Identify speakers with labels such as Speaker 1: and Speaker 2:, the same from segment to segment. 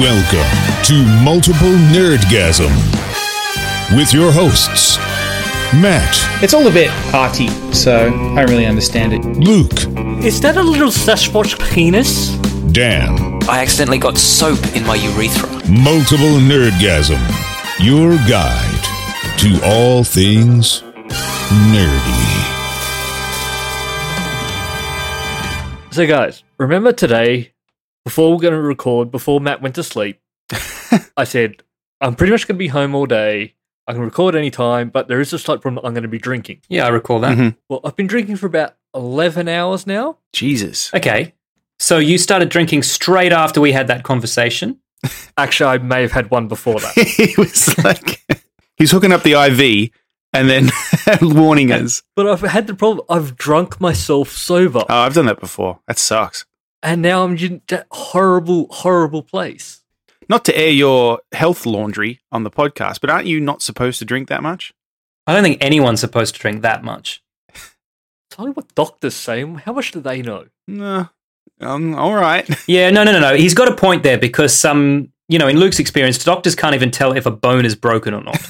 Speaker 1: Welcome to Multiple Nerdgasm with your hosts, Matt,
Speaker 2: It's all a bit arty, so I don't really understand it.
Speaker 1: Luke,
Speaker 3: Is that a little Sasquatch penis?
Speaker 1: Dan,
Speaker 4: I accidentally got soap in my urethra.
Speaker 1: Multiple Nerdgasm, your guide to all things nerdy.
Speaker 3: So, guys, remember today, before we we're going to record, before Matt went to sleep, I said, I'm pretty much going to be home all day. I can record any time, but there is a slight problem. I'm going to be drinking.
Speaker 5: Yeah, I recall that.
Speaker 6: Mm-hmm.
Speaker 3: Well, I've been drinking for about 11 hours now.
Speaker 6: Jesus.
Speaker 5: Okay. So you started drinking straight after we had that conversation.
Speaker 3: Actually, I may have had one before that.
Speaker 6: he was like, he's hooking up the IV and then warning us.
Speaker 3: but I've had the problem. I've drunk myself sober,
Speaker 6: Oh, I've done that before. That sucks.
Speaker 3: and now I'm in that horrible, horrible place.
Speaker 6: Not to air your health laundry on the podcast, but aren't you not supposed to drink that much?
Speaker 5: I don't think anyone's supposed to drink that much.
Speaker 3: It's only what doctors say. How much do they know?
Speaker 6: No. Um, all right.
Speaker 5: Yeah, no, no, no, no. He's got a point there because some, you know, in Luke's experience, doctors can't even tell if a bone is broken or not.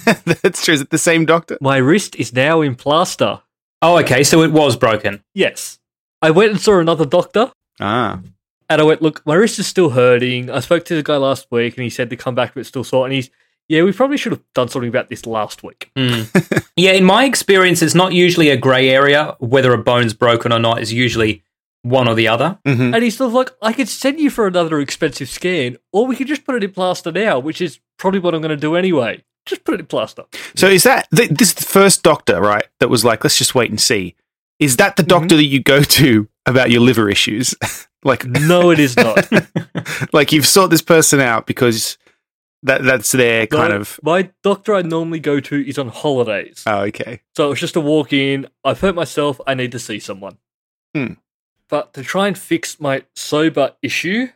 Speaker 6: That's true. Is it the same doctor?
Speaker 3: My wrist is now in plaster.
Speaker 5: oh, okay. So it was broken.
Speaker 3: Yes. I went and saw another doctor
Speaker 6: Ah.
Speaker 3: and I went, look, my wrist is still hurting. I spoke to the guy last week and he said to come back, but it's still sore. And he's, yeah, we probably should have done something about this last week.
Speaker 5: Yeah, in my experience, it's not usually a grey area whether a bone's broken or not. It's usually one or the other.
Speaker 6: Mm-hmm.
Speaker 3: And he's sort of like, I could send you for another expensive scan or we could just put it in plaster now, which is probably what I'm going to do anyway. Just put it in plaster.
Speaker 6: So is that th- this is the first doctor, right? That was like, let's just wait and see. Is that the doctor that you go to about your liver issues? like,
Speaker 3: No, it is not.
Speaker 6: like you've sought this person out because that that's their kind
Speaker 3: No,
Speaker 6: of.
Speaker 3: My doctor I normally go to is on holidays.
Speaker 6: Oh, okay.
Speaker 3: So it was just a walk in. I've hurt myself. I need to see someone.
Speaker 6: Hmm.
Speaker 3: But to try and fix my sober issue,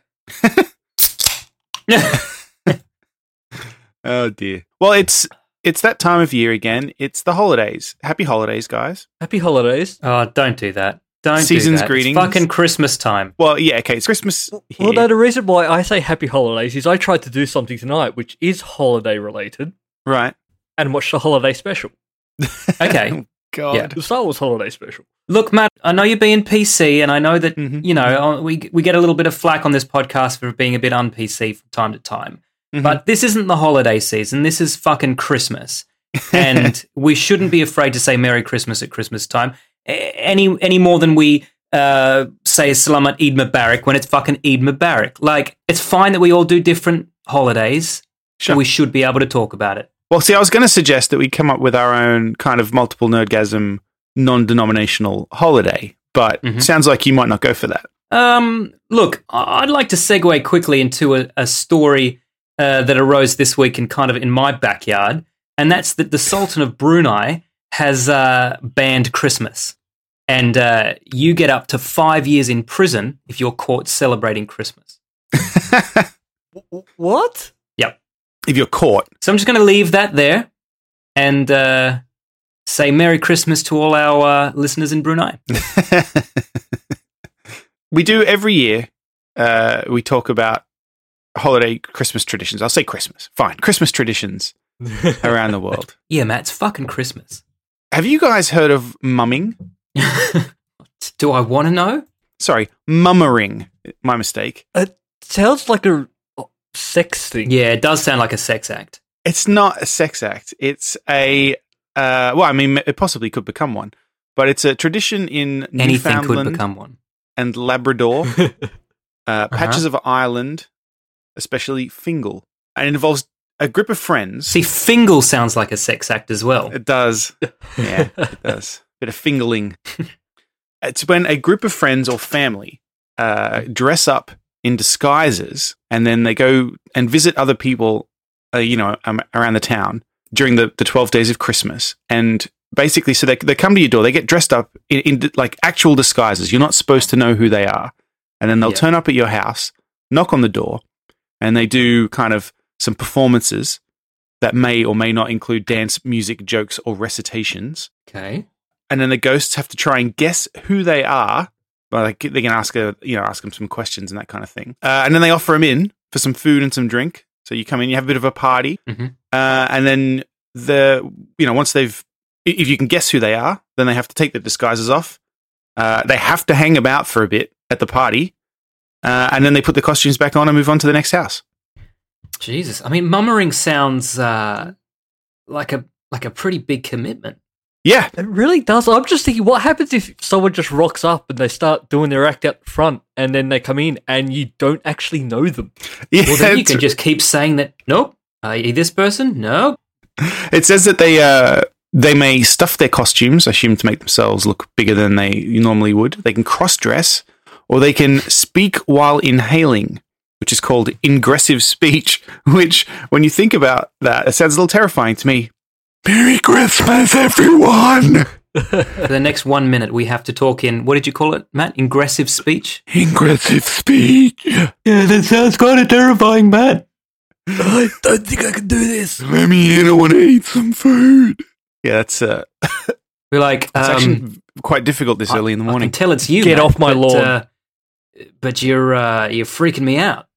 Speaker 6: Oh dear. Well, it's it's that time of year again. It's the holidays. Happy holidays, guys.
Speaker 3: happy holidays.
Speaker 5: Oh, don't do that. Don't
Speaker 6: Season's
Speaker 5: do that. It's
Speaker 6: greetings.
Speaker 5: fucking Christmas time.
Speaker 6: Well, yeah, okay. It's Christmas. Here.
Speaker 3: Well, no, the reason why I say happy holidays is I tried to do something tonight which is holiday related
Speaker 6: right.
Speaker 3: and watched the holiday special,
Speaker 5: Okay.
Speaker 6: God.
Speaker 5: Yeah.
Speaker 3: the Star Wars holiday special.
Speaker 5: Look, Matt, I know you're being PC, and I know that
Speaker 6: Mhm.
Speaker 5: you know uh, we we get a little bit of flack on this podcast for being a bit un PC from time to time.
Speaker 6: Mhm.
Speaker 5: But this isn't the holiday season. This is fucking Christmas, and we shouldn't be afraid to say Merry Christmas at Christmas time a- any any more than we uh, say Salamat Eid Mubarak when it's fucking Eid Mubarak. Like it's fine that we all do different holidays.
Speaker 6: Sure.
Speaker 5: But we should be able to talk about it.
Speaker 6: Well, see, I was going to suggest that we come up with our own kind of multiple nerdgasm, non-denominational holiday, but
Speaker 3: Mm-hmm.
Speaker 5: Mhm.
Speaker 6: sounds like you might not go for that.
Speaker 5: Um, look, I- I'd like to segue quickly into a, a story uh, that arose this week and kind of in my backyard, and that's that the Sultan of Brunei has uh, banned Christmas, and uh, you get up to five years in prison if you're caught celebrating Christmas.
Speaker 3: What?
Speaker 6: If you're caught,
Speaker 5: So I'm just going to leave that there, and uh, say Merry Christmas to all our uh, listeners in Brunei.
Speaker 6: we do every year. Uh, we talk about holiday Christmas traditions. I'll say Christmas. Fine, Christmas traditions around the world.
Speaker 5: Yeah, Matt, it's fucking Christmas.
Speaker 6: Have you guys heard of mumming?
Speaker 5: Do I want to know?
Speaker 6: Sorry, mummering. My mistake.
Speaker 3: It sounds like a uh, sex thing.
Speaker 5: Yeah, it does sound like a sex act.
Speaker 6: It's not a sex act. It's a uh, well, I mean, it possibly could become one, but it's a tradition in
Speaker 5: Anything could
Speaker 6: Newfoundland
Speaker 5: become Uh-huh. one.
Speaker 6: and Labrador, uh, patches of Ireland, especially Fingal, and it involves a group of friends.
Speaker 5: See, Fingal sounds like a sex act as well.
Speaker 6: It does. Yeah, it does. Bit of fingling. It's when a group of friends or family uh, dress up in disguises and then they go and visit other people, uh, you know, um, around the town during the, the 12 days of Christmas. And basically, so they, they come to your door, they get dressed up in, in like actual disguises. You're not supposed to know who they are. And then they'll
Speaker 5: Yeah.
Speaker 6: turn up at your house, knock on the door, and they do kind of some performances that may or may not include dance, music, jokes, or recitations.
Speaker 5: Okay.
Speaker 6: And then the ghosts have to try and guess who they are. Well, Like they can ask a, you know ask them some questions and that kind of thing. Uh, and then they offer them in for for some food and some drink. So you come in, you have a bit of a party,
Speaker 5: Mhm.
Speaker 6: uh, and then the you know once they've i- if you can guess who they are, then they have to take their disguises off. Uh, they have to hang about for a bit at the party, uh, and then they put the costumes back on and move on to the next house.
Speaker 5: Jesus, I mean, mummering sounds uh, like a like a pretty big commitment.
Speaker 6: Yeah,
Speaker 3: It really does. I'm just thinking, what happens if someone just rocks up and they start doing their act out front, and then they come in and you don't actually know them?
Speaker 6: yeah.
Speaker 5: Well, then you
Speaker 6: it's-
Speaker 5: can just keep saying that. Nope, i.e., this person. Nope.
Speaker 6: It says that they uh, they may stuff their costumes, I assume, to make themselves look bigger than they normally would. They can cross dress, or they can speak while inhaling, which is called ingressive speech. Which, when you think about that, it sounds a little terrifying to me. Merry Christmas, everyone!
Speaker 5: For the next one minute, we have to talk in what did you call it, Matt? Ingressive speech.
Speaker 6: Ingressive speech.
Speaker 5: Yeah, that sounds kind of terrifying, Matt.
Speaker 3: I don't think I can do this.
Speaker 6: Let me in. I want to eat some food. Yeah, that's uh,
Speaker 5: We're like,
Speaker 6: it's
Speaker 5: um,
Speaker 6: actually quite difficult this early in the
Speaker 5: I can
Speaker 6: morning.
Speaker 5: tell it's you.
Speaker 3: Get
Speaker 5: Matt,
Speaker 3: off my
Speaker 5: but,
Speaker 3: lawn.
Speaker 5: uh, but you're uh, you're freaking me out.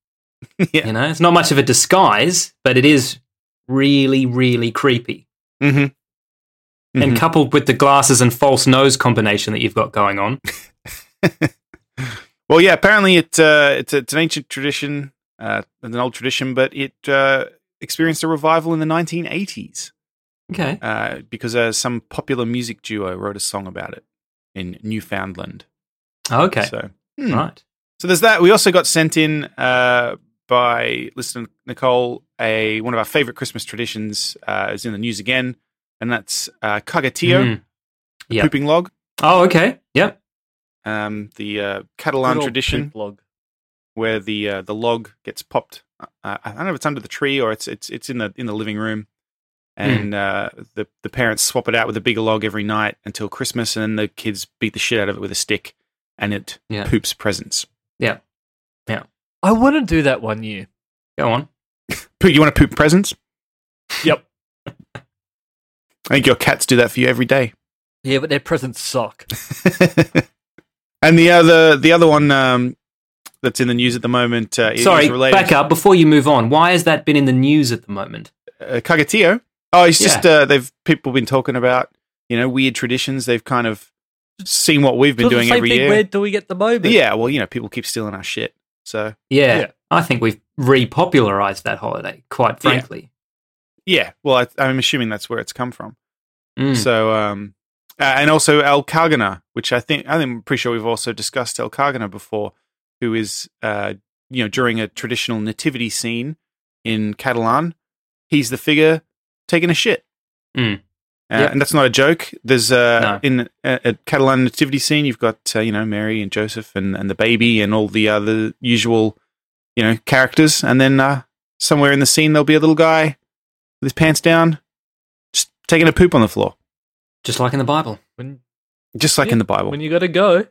Speaker 6: Yeah.
Speaker 5: You know, it's not much of a disguise, but it is really, really creepy.
Speaker 6: Mm-hmm.
Speaker 5: and coupled with the glasses and false nose combination that you've got going on.
Speaker 6: Well, yeah. Apparently, it uh, it's, it's an ancient tradition, uh, it's an old tradition, but it uh, experienced a revival in the 1980s
Speaker 5: Okay.
Speaker 6: uh, because uh, some popular music duo wrote a song about it in Newfoundland.
Speaker 5: Okay.
Speaker 6: So, hmm.
Speaker 5: Right.
Speaker 6: so there's that. We also got sent in uh, by listener Nicole a one of our favorite Christmas traditions uh, is in the news again, and that's uh, Cagatio,
Speaker 5: Mm.
Speaker 6: the
Speaker 5: yeah.
Speaker 6: pooping log,
Speaker 5: Oh, okay. Yep.
Speaker 6: um, the uh, Catalan tradition.
Speaker 3: Blog.
Speaker 6: where the uh, the log gets popped. Uh, I don't know if it's under the tree or it's it's it's in the in the living room,
Speaker 5: Hmm.
Speaker 6: and uh, the the parents swap it out with a bigger log every night until Christmas, and then the kids beat the shit out of it with a stick, and it
Speaker 5: Yeah.
Speaker 6: poops presents.
Speaker 3: I want to do that one year.
Speaker 5: Go on.
Speaker 6: Poo, you want to poop presents?
Speaker 3: Yep.
Speaker 6: I think your cats do that for you every day.
Speaker 3: Yeah, but their presents suck.
Speaker 6: and the other the other one um, that's in the news at the moment uh, is
Speaker 5: Sorry.
Speaker 6: related.
Speaker 5: Back up before you move on. Why has that been in the news at the moment?
Speaker 6: uh, Kagetio. Oh, it's
Speaker 5: Yeah.
Speaker 6: just uh, they've people been talking about you know weird traditions. They've kind of seen what we've been
Speaker 3: It's the
Speaker 6: doing
Speaker 3: same
Speaker 6: every
Speaker 3: thing
Speaker 6: year.
Speaker 3: we're doing at the moment.
Speaker 6: Yeah, well, you know, people keep stealing our shit. So
Speaker 5: Yeah.
Speaker 3: Yeah.
Speaker 5: I think we've repopularized that holiday, quite
Speaker 6: Yeah.
Speaker 5: frankly.
Speaker 6: yeah, well, I, I'm assuming that's where it's come from.
Speaker 5: Mm.
Speaker 6: So um, uh, and also El Kagana, which I think I think I'm pretty sure we've also discussed El Kagana before, who is uh, you know during a traditional nativity scene in Catalan, he's the figure taking a shit.
Speaker 5: Mm.
Speaker 6: Uh,
Speaker 5: Yep.
Speaker 6: And that's not a joke. There's
Speaker 5: No.
Speaker 6: uh, in a, a Catalan nativity scene, you've got uh, you know Mary and Joseph and, and the baby and all the other usual you know characters, and then uh, somewhere in the scene there'll be a little guy with his pants down, just taking a poop on the floor,
Speaker 5: Just like in the Bible.
Speaker 3: When,
Speaker 6: just like
Speaker 3: Yeah,
Speaker 6: in the Bible.
Speaker 3: when you got to go.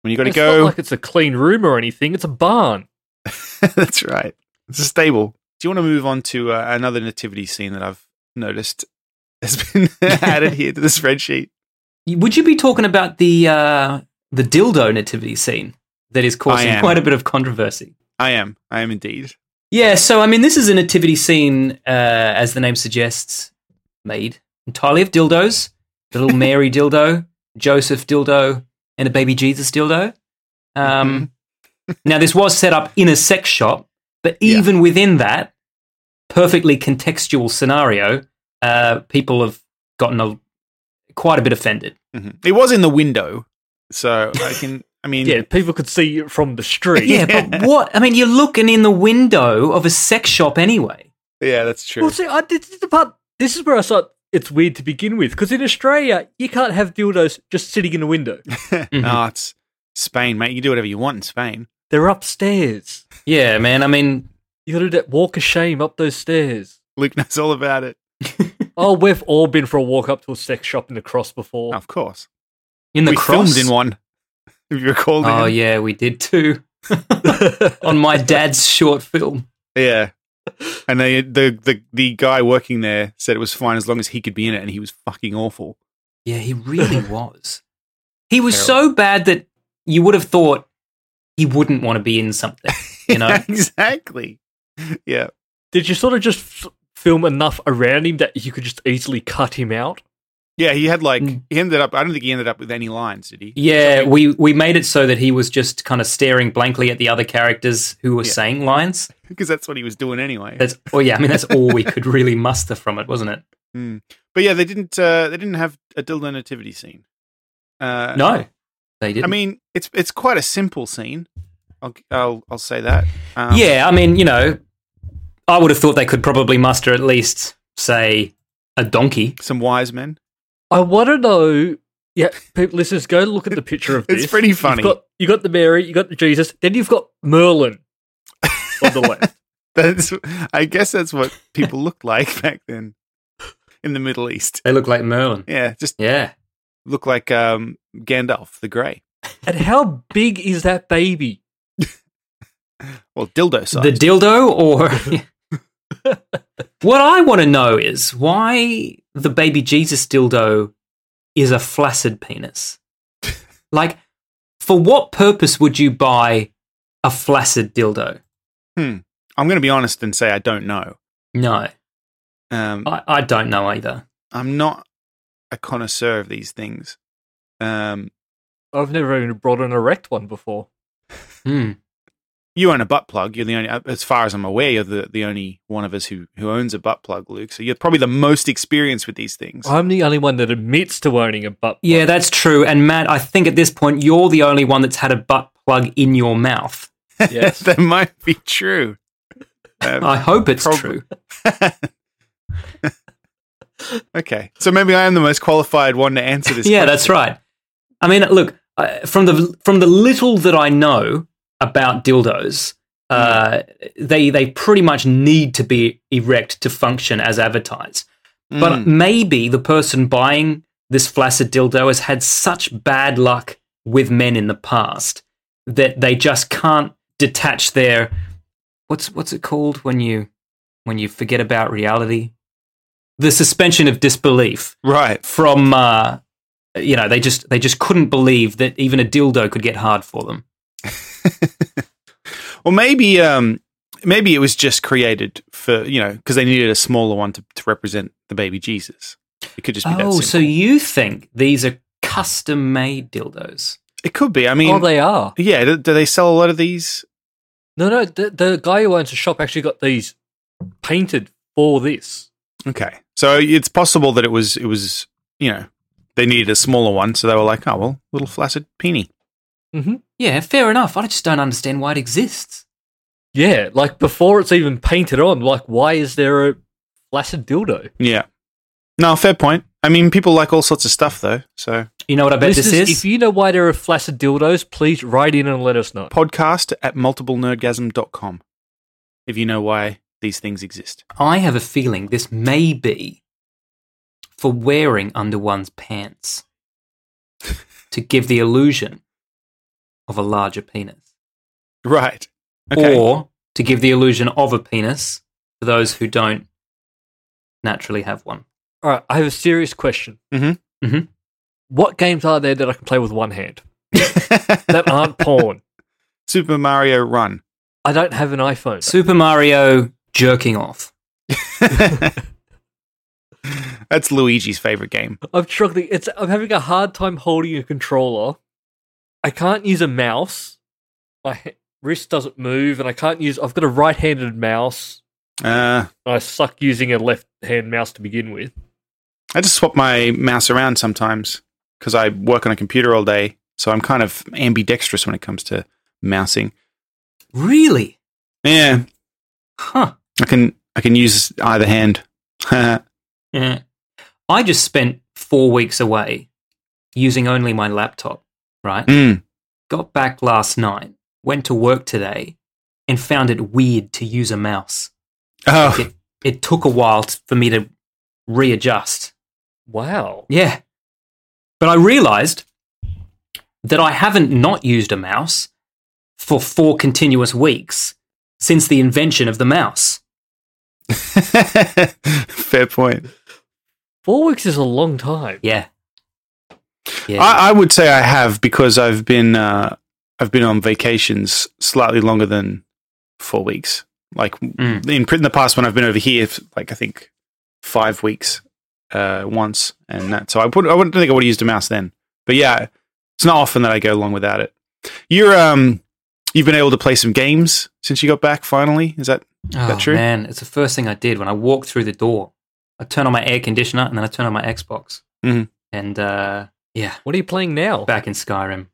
Speaker 6: When you got to
Speaker 3: it's
Speaker 6: go,
Speaker 3: not like it's a clean room or anything. It's a barn.
Speaker 6: that's right. It's a stable. Do you want to move on to uh, another nativity scene that I've noticed has been added here to the spreadsheet?
Speaker 5: You- Would you be talking about the uh, the dildo nativity scene that is
Speaker 6: I
Speaker 5: causing
Speaker 6: am.
Speaker 5: quite a bit of controversy?
Speaker 6: I am. I am indeed.
Speaker 5: Yeah, so I mean, this is a nativity scene, uh, as the name suggests, made entirely of dildos. The little Mary dildo, Joseph dildo, and a baby Jesus dildo. Um, now, this was set up in a sex shop, but
Speaker 6: Mm-hmm. Yeah.
Speaker 5: even within that perfectly contextual scenario, uh, people have gotten a, quite a bit offended.
Speaker 6: Mhm. It was in the window, so I can. I mean,
Speaker 3: Yeah, people could see it from the street.
Speaker 5: Yeah, but what? I mean, you're looking in the window of a sex shop anyway.
Speaker 6: yeah, that's true.
Speaker 3: Well, see, I, this is the part. This is where I thought it's weird to begin with, because in Australia you can't have dildos just sitting in a window.
Speaker 6: Ah, it's Spain, mate. You can do whatever you want in Spain.
Speaker 3: They're upstairs.
Speaker 5: Yeah, man. I mean,
Speaker 3: You got to do that walk of shame up those stairs.
Speaker 6: Luke knows all about it.
Speaker 3: Oh, we've all been for a walk up to a sex shop in the cross before.
Speaker 6: Of course,
Speaker 5: in the
Speaker 6: we
Speaker 5: cross.
Speaker 6: filmed in one. If you recall,
Speaker 5: Oh
Speaker 6: Dan.
Speaker 5: yeah, we did too.
Speaker 3: Oh.
Speaker 5: On my dad's short film.
Speaker 6: yeah. And they, the the the guy working there said it was fine as long as he could be in it, and he was fucking awful.
Speaker 5: Yeah, he really was. He was so bad that you would have thought he wouldn't want to be in something. you know?
Speaker 6: exactly. Yeah.
Speaker 3: Did you sort of just f- film enough around him that you could just easily cut him out?
Speaker 6: Yeah, he had like
Speaker 5: Mm.
Speaker 6: he ended up I don't think he ended up with any lines, did he?
Speaker 5: Yeah, we, we made it so that he was just kind of staring blankly at the other characters who were
Speaker 6: Yeah.
Speaker 5: saying lines.
Speaker 6: Because that's what he was doing anyway.
Speaker 5: That's oh yeah, I mean that's all we could really muster from it, wasn't it?
Speaker 6: Hmm. but yeah, they didn't uh they didn't have a Dildo nativity scene. Uh
Speaker 5: No, they didn't.
Speaker 6: I mean, it's it's quite a simple scene. I'll I'll, I'll say that. Um,
Speaker 5: yeah, I mean, you know, I would have thought they could probably muster at least say a donkey.
Speaker 6: Some wise men.
Speaker 3: I want to know. Yeah, people, listeners, go look at the picture of
Speaker 6: It's
Speaker 3: this.
Speaker 6: pretty funny.
Speaker 3: You've got, you got the Mary, you got the Jesus, then you've got Merlin on the left.
Speaker 6: That's I guess that's what people looked like back then in the Middle East.
Speaker 5: They look like Merlin.
Speaker 6: Yeah, just
Speaker 5: Yeah,
Speaker 6: look like um Gandalf the Grey.
Speaker 3: And how big is that baby?
Speaker 6: Well, dildo size.
Speaker 5: the dildo or. what I want to know is why the baby Jesus dildo is a flaccid penis. Like, for what purpose would you buy a flaccid dildo?
Speaker 6: I'm going to be honest and say I don't know.
Speaker 5: No,
Speaker 6: Um,
Speaker 5: I, I don't know either.
Speaker 6: I'm not a connoisseur of these things. Um,
Speaker 3: I've never even brought an erect one before.
Speaker 5: Hmm.
Speaker 6: you own a butt plug. You're the only, uh, as far as I'm aware, you're the, the only one of us who, who owns a butt plug, Luke. So you're probably the most experienced with these things.
Speaker 3: I'm the only one that admits to owning a butt.
Speaker 5: Yeah, that's true. And Matt, I think at this point you're the only one that's had a butt plug in your mouth.
Speaker 3: Yes.
Speaker 6: that might be true. Um,
Speaker 5: I hope it's
Speaker 6: Probably.
Speaker 5: true.
Speaker 6: okay, so maybe I am the most qualified one to answer this.
Speaker 5: Yeah, that's right. I mean, look uh, from the from the little that I know about dildos, uh, they they pretty much need to be erect to function as advertised.
Speaker 6: Mm.
Speaker 5: But maybe the person buying this flaccid dildo has had such bad luck with men in the past that they just can't detach their what's what's it called when you when you forget about reality the suspension of disbelief
Speaker 6: right.
Speaker 5: from uh, you know they just they just couldn't believe that even a dildo could get hard for them.
Speaker 6: Well, maybe um, maybe it was just created for you know because they needed a smaller one to, to represent the baby Jesus. It could just be that.
Speaker 5: Oh, so
Speaker 6: simple.
Speaker 5: you think these are custom made dildos?
Speaker 6: it could be. I mean,
Speaker 3: oh, they are.
Speaker 6: yeah. Do, do they sell a lot of these?
Speaker 3: No, no, the, the guy who owns the shop actually got these painted for this.
Speaker 6: Okay, so it's possible that it was it was you know they needed a smaller one, so they were like, oh well, little flaccid peenie.
Speaker 5: Mm-hmm.
Speaker 3: hmm
Speaker 5: Yeah, fair enough. I just don't understand why it exists.
Speaker 3: Yeah, like before it's even painted on, like, why is there a flaccid dildo?
Speaker 6: Yeah. No, fair point. I mean, people like all sorts of stuff though. So
Speaker 5: You know what I bet this
Speaker 3: Listeners,
Speaker 5: is?
Speaker 3: If you know why there are flaccid dildos, please write in and let us know.
Speaker 6: podcast at multiplenerdgasm.com if you know why these things exist.
Speaker 5: I have a feeling this may be for wearing under one's pants to give the illusion of a larger penis.
Speaker 6: Right. Okay.
Speaker 5: or to give the illusion of a penis for those who don't naturally have one.
Speaker 3: All right, I have a serious question.
Speaker 6: Mhm.
Speaker 5: Mhm.
Speaker 3: What games are there that I can play with one hand that aren't porn?
Speaker 6: Super Mario Run.
Speaker 3: I don't have an iPhone.
Speaker 5: Super Mario jerking off.
Speaker 6: That's Luigi's favorite game.
Speaker 3: I'm struggling. It's I'm having a hard time holding a controller. I can't use a mouse. My h- wrist doesn't move, and I can't use. I've got a right-handed mouse.
Speaker 6: Uh,
Speaker 3: And I suck using a left-hand mouse to begin with.
Speaker 6: I just swap my mouse around sometimes because I work on a computer all day. So I'm kind of ambidextrous when it comes to mousing.
Speaker 5: Really?
Speaker 6: Yeah,
Speaker 5: Huh.
Speaker 6: I can I can use either hand. Hmm.
Speaker 5: Yeah. I just spent four weeks away using only my laptop, right?
Speaker 6: Mm.
Speaker 5: Got back last night, went to work today, and found it weird to use a mouse.
Speaker 6: Oh,
Speaker 5: It, it took a while t- for me to readjust.
Speaker 3: Wow.
Speaker 5: Yeah. But I realized that I haven't not used a mouse for four continuous weeks since the invention of the mouse.
Speaker 6: fair point.
Speaker 3: Four weeks is a long time.
Speaker 5: Yeah. Yeah.
Speaker 6: I, I would say I have because I've been uh, I've been on vacations slightly longer than four weeks. Like
Speaker 5: Mm.
Speaker 6: in in the past, when I've been over here, f- like I think five weeks uh, once, and that. So I would I wouldn't think I would have used a mouse then. But yeah, it's not often that I go long without it. You're um, you've been able to play some games since you got back. Finally, is that
Speaker 5: Oh,
Speaker 6: true?
Speaker 5: man, it's the first thing I did when I walked through the door. I turn on my air conditioner and then I turn on my Xbox.
Speaker 6: Mhm.
Speaker 5: And uh, yeah,
Speaker 3: What are you playing now?
Speaker 5: back in Skyrim.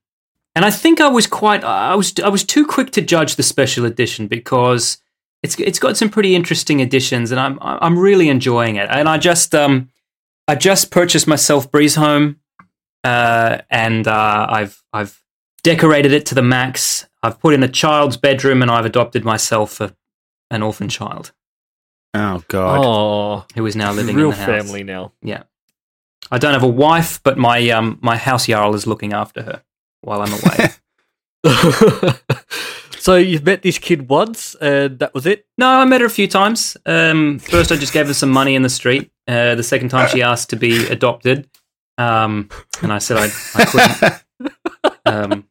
Speaker 5: And I think I was quite I was I was too quick to judge the special edition because it's it's got some pretty interesting additions and I'm I'm really enjoying it. And I just um I just purchased myself Breeze Home uh and uh I've I've decorated it to the max. I've put in a child's bedroom and I've adopted myself a, an orphan child
Speaker 6: Oh God,
Speaker 3: Oh,
Speaker 5: who is now living
Speaker 3: real
Speaker 5: in the house.
Speaker 3: family now.
Speaker 5: Yeah. I don't have a wife, but my um my house jarl is looking after her while I'm away.
Speaker 3: so you've met this kid once, and that was it.
Speaker 5: No, I met her a few times. Um, first, I just gave her some money in the street. Uh, the second time, she asked to be adopted, um, and I said I, I couldn't. Um,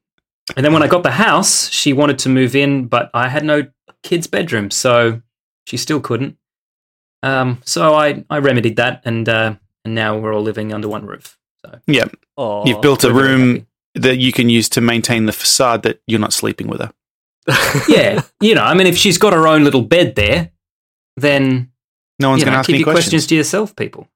Speaker 5: and then when I got the house, she wanted to move in, but I had no kids' bedroom, so she still couldn't. Um, so I, I remedied that, and uh, and now we're all living under one roof. So
Speaker 6: yeah,
Speaker 3: Oh,
Speaker 6: you've built a
Speaker 5: we're very
Speaker 6: room that you can use to maintain the facade that you're not sleeping with her.
Speaker 5: yeah, you know, I mean, if she's got her own little bed there, then
Speaker 6: No one's
Speaker 5: you
Speaker 6: going to
Speaker 5: know,
Speaker 6: ask
Speaker 5: keep
Speaker 6: any
Speaker 5: your
Speaker 6: questions.
Speaker 5: questions to yourself, people.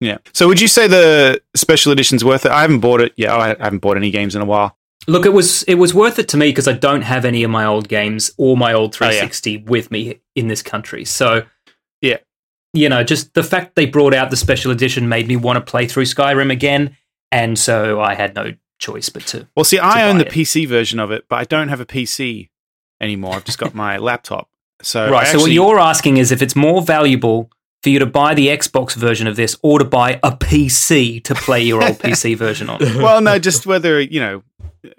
Speaker 6: Yeah. So would you say the special edition's worth it? I haven't bought it. Yeah, I I haven't bought any games in a while.
Speaker 5: Look, it was it was worth it to me because I don't have any of my old games or my old
Speaker 6: Oh,
Speaker 5: 360 with me in this country. So,
Speaker 6: Yeah.
Speaker 5: you know, just the fact they brought out the special edition made me want to play through Skyrim again, and so I had no choice but to.
Speaker 6: Well, see, I
Speaker 5: buy
Speaker 6: own the
Speaker 5: it.
Speaker 6: PC version of it, but I don't have a PC anymore. I've just got my laptop. So
Speaker 5: right.
Speaker 6: Uh, I
Speaker 5: so, what
Speaker 6: actually-
Speaker 5: you're asking is if it's more valuable for you to buy the Xbox version of this or to buy a PC to play your old PC version on.
Speaker 6: well, no, just whether you know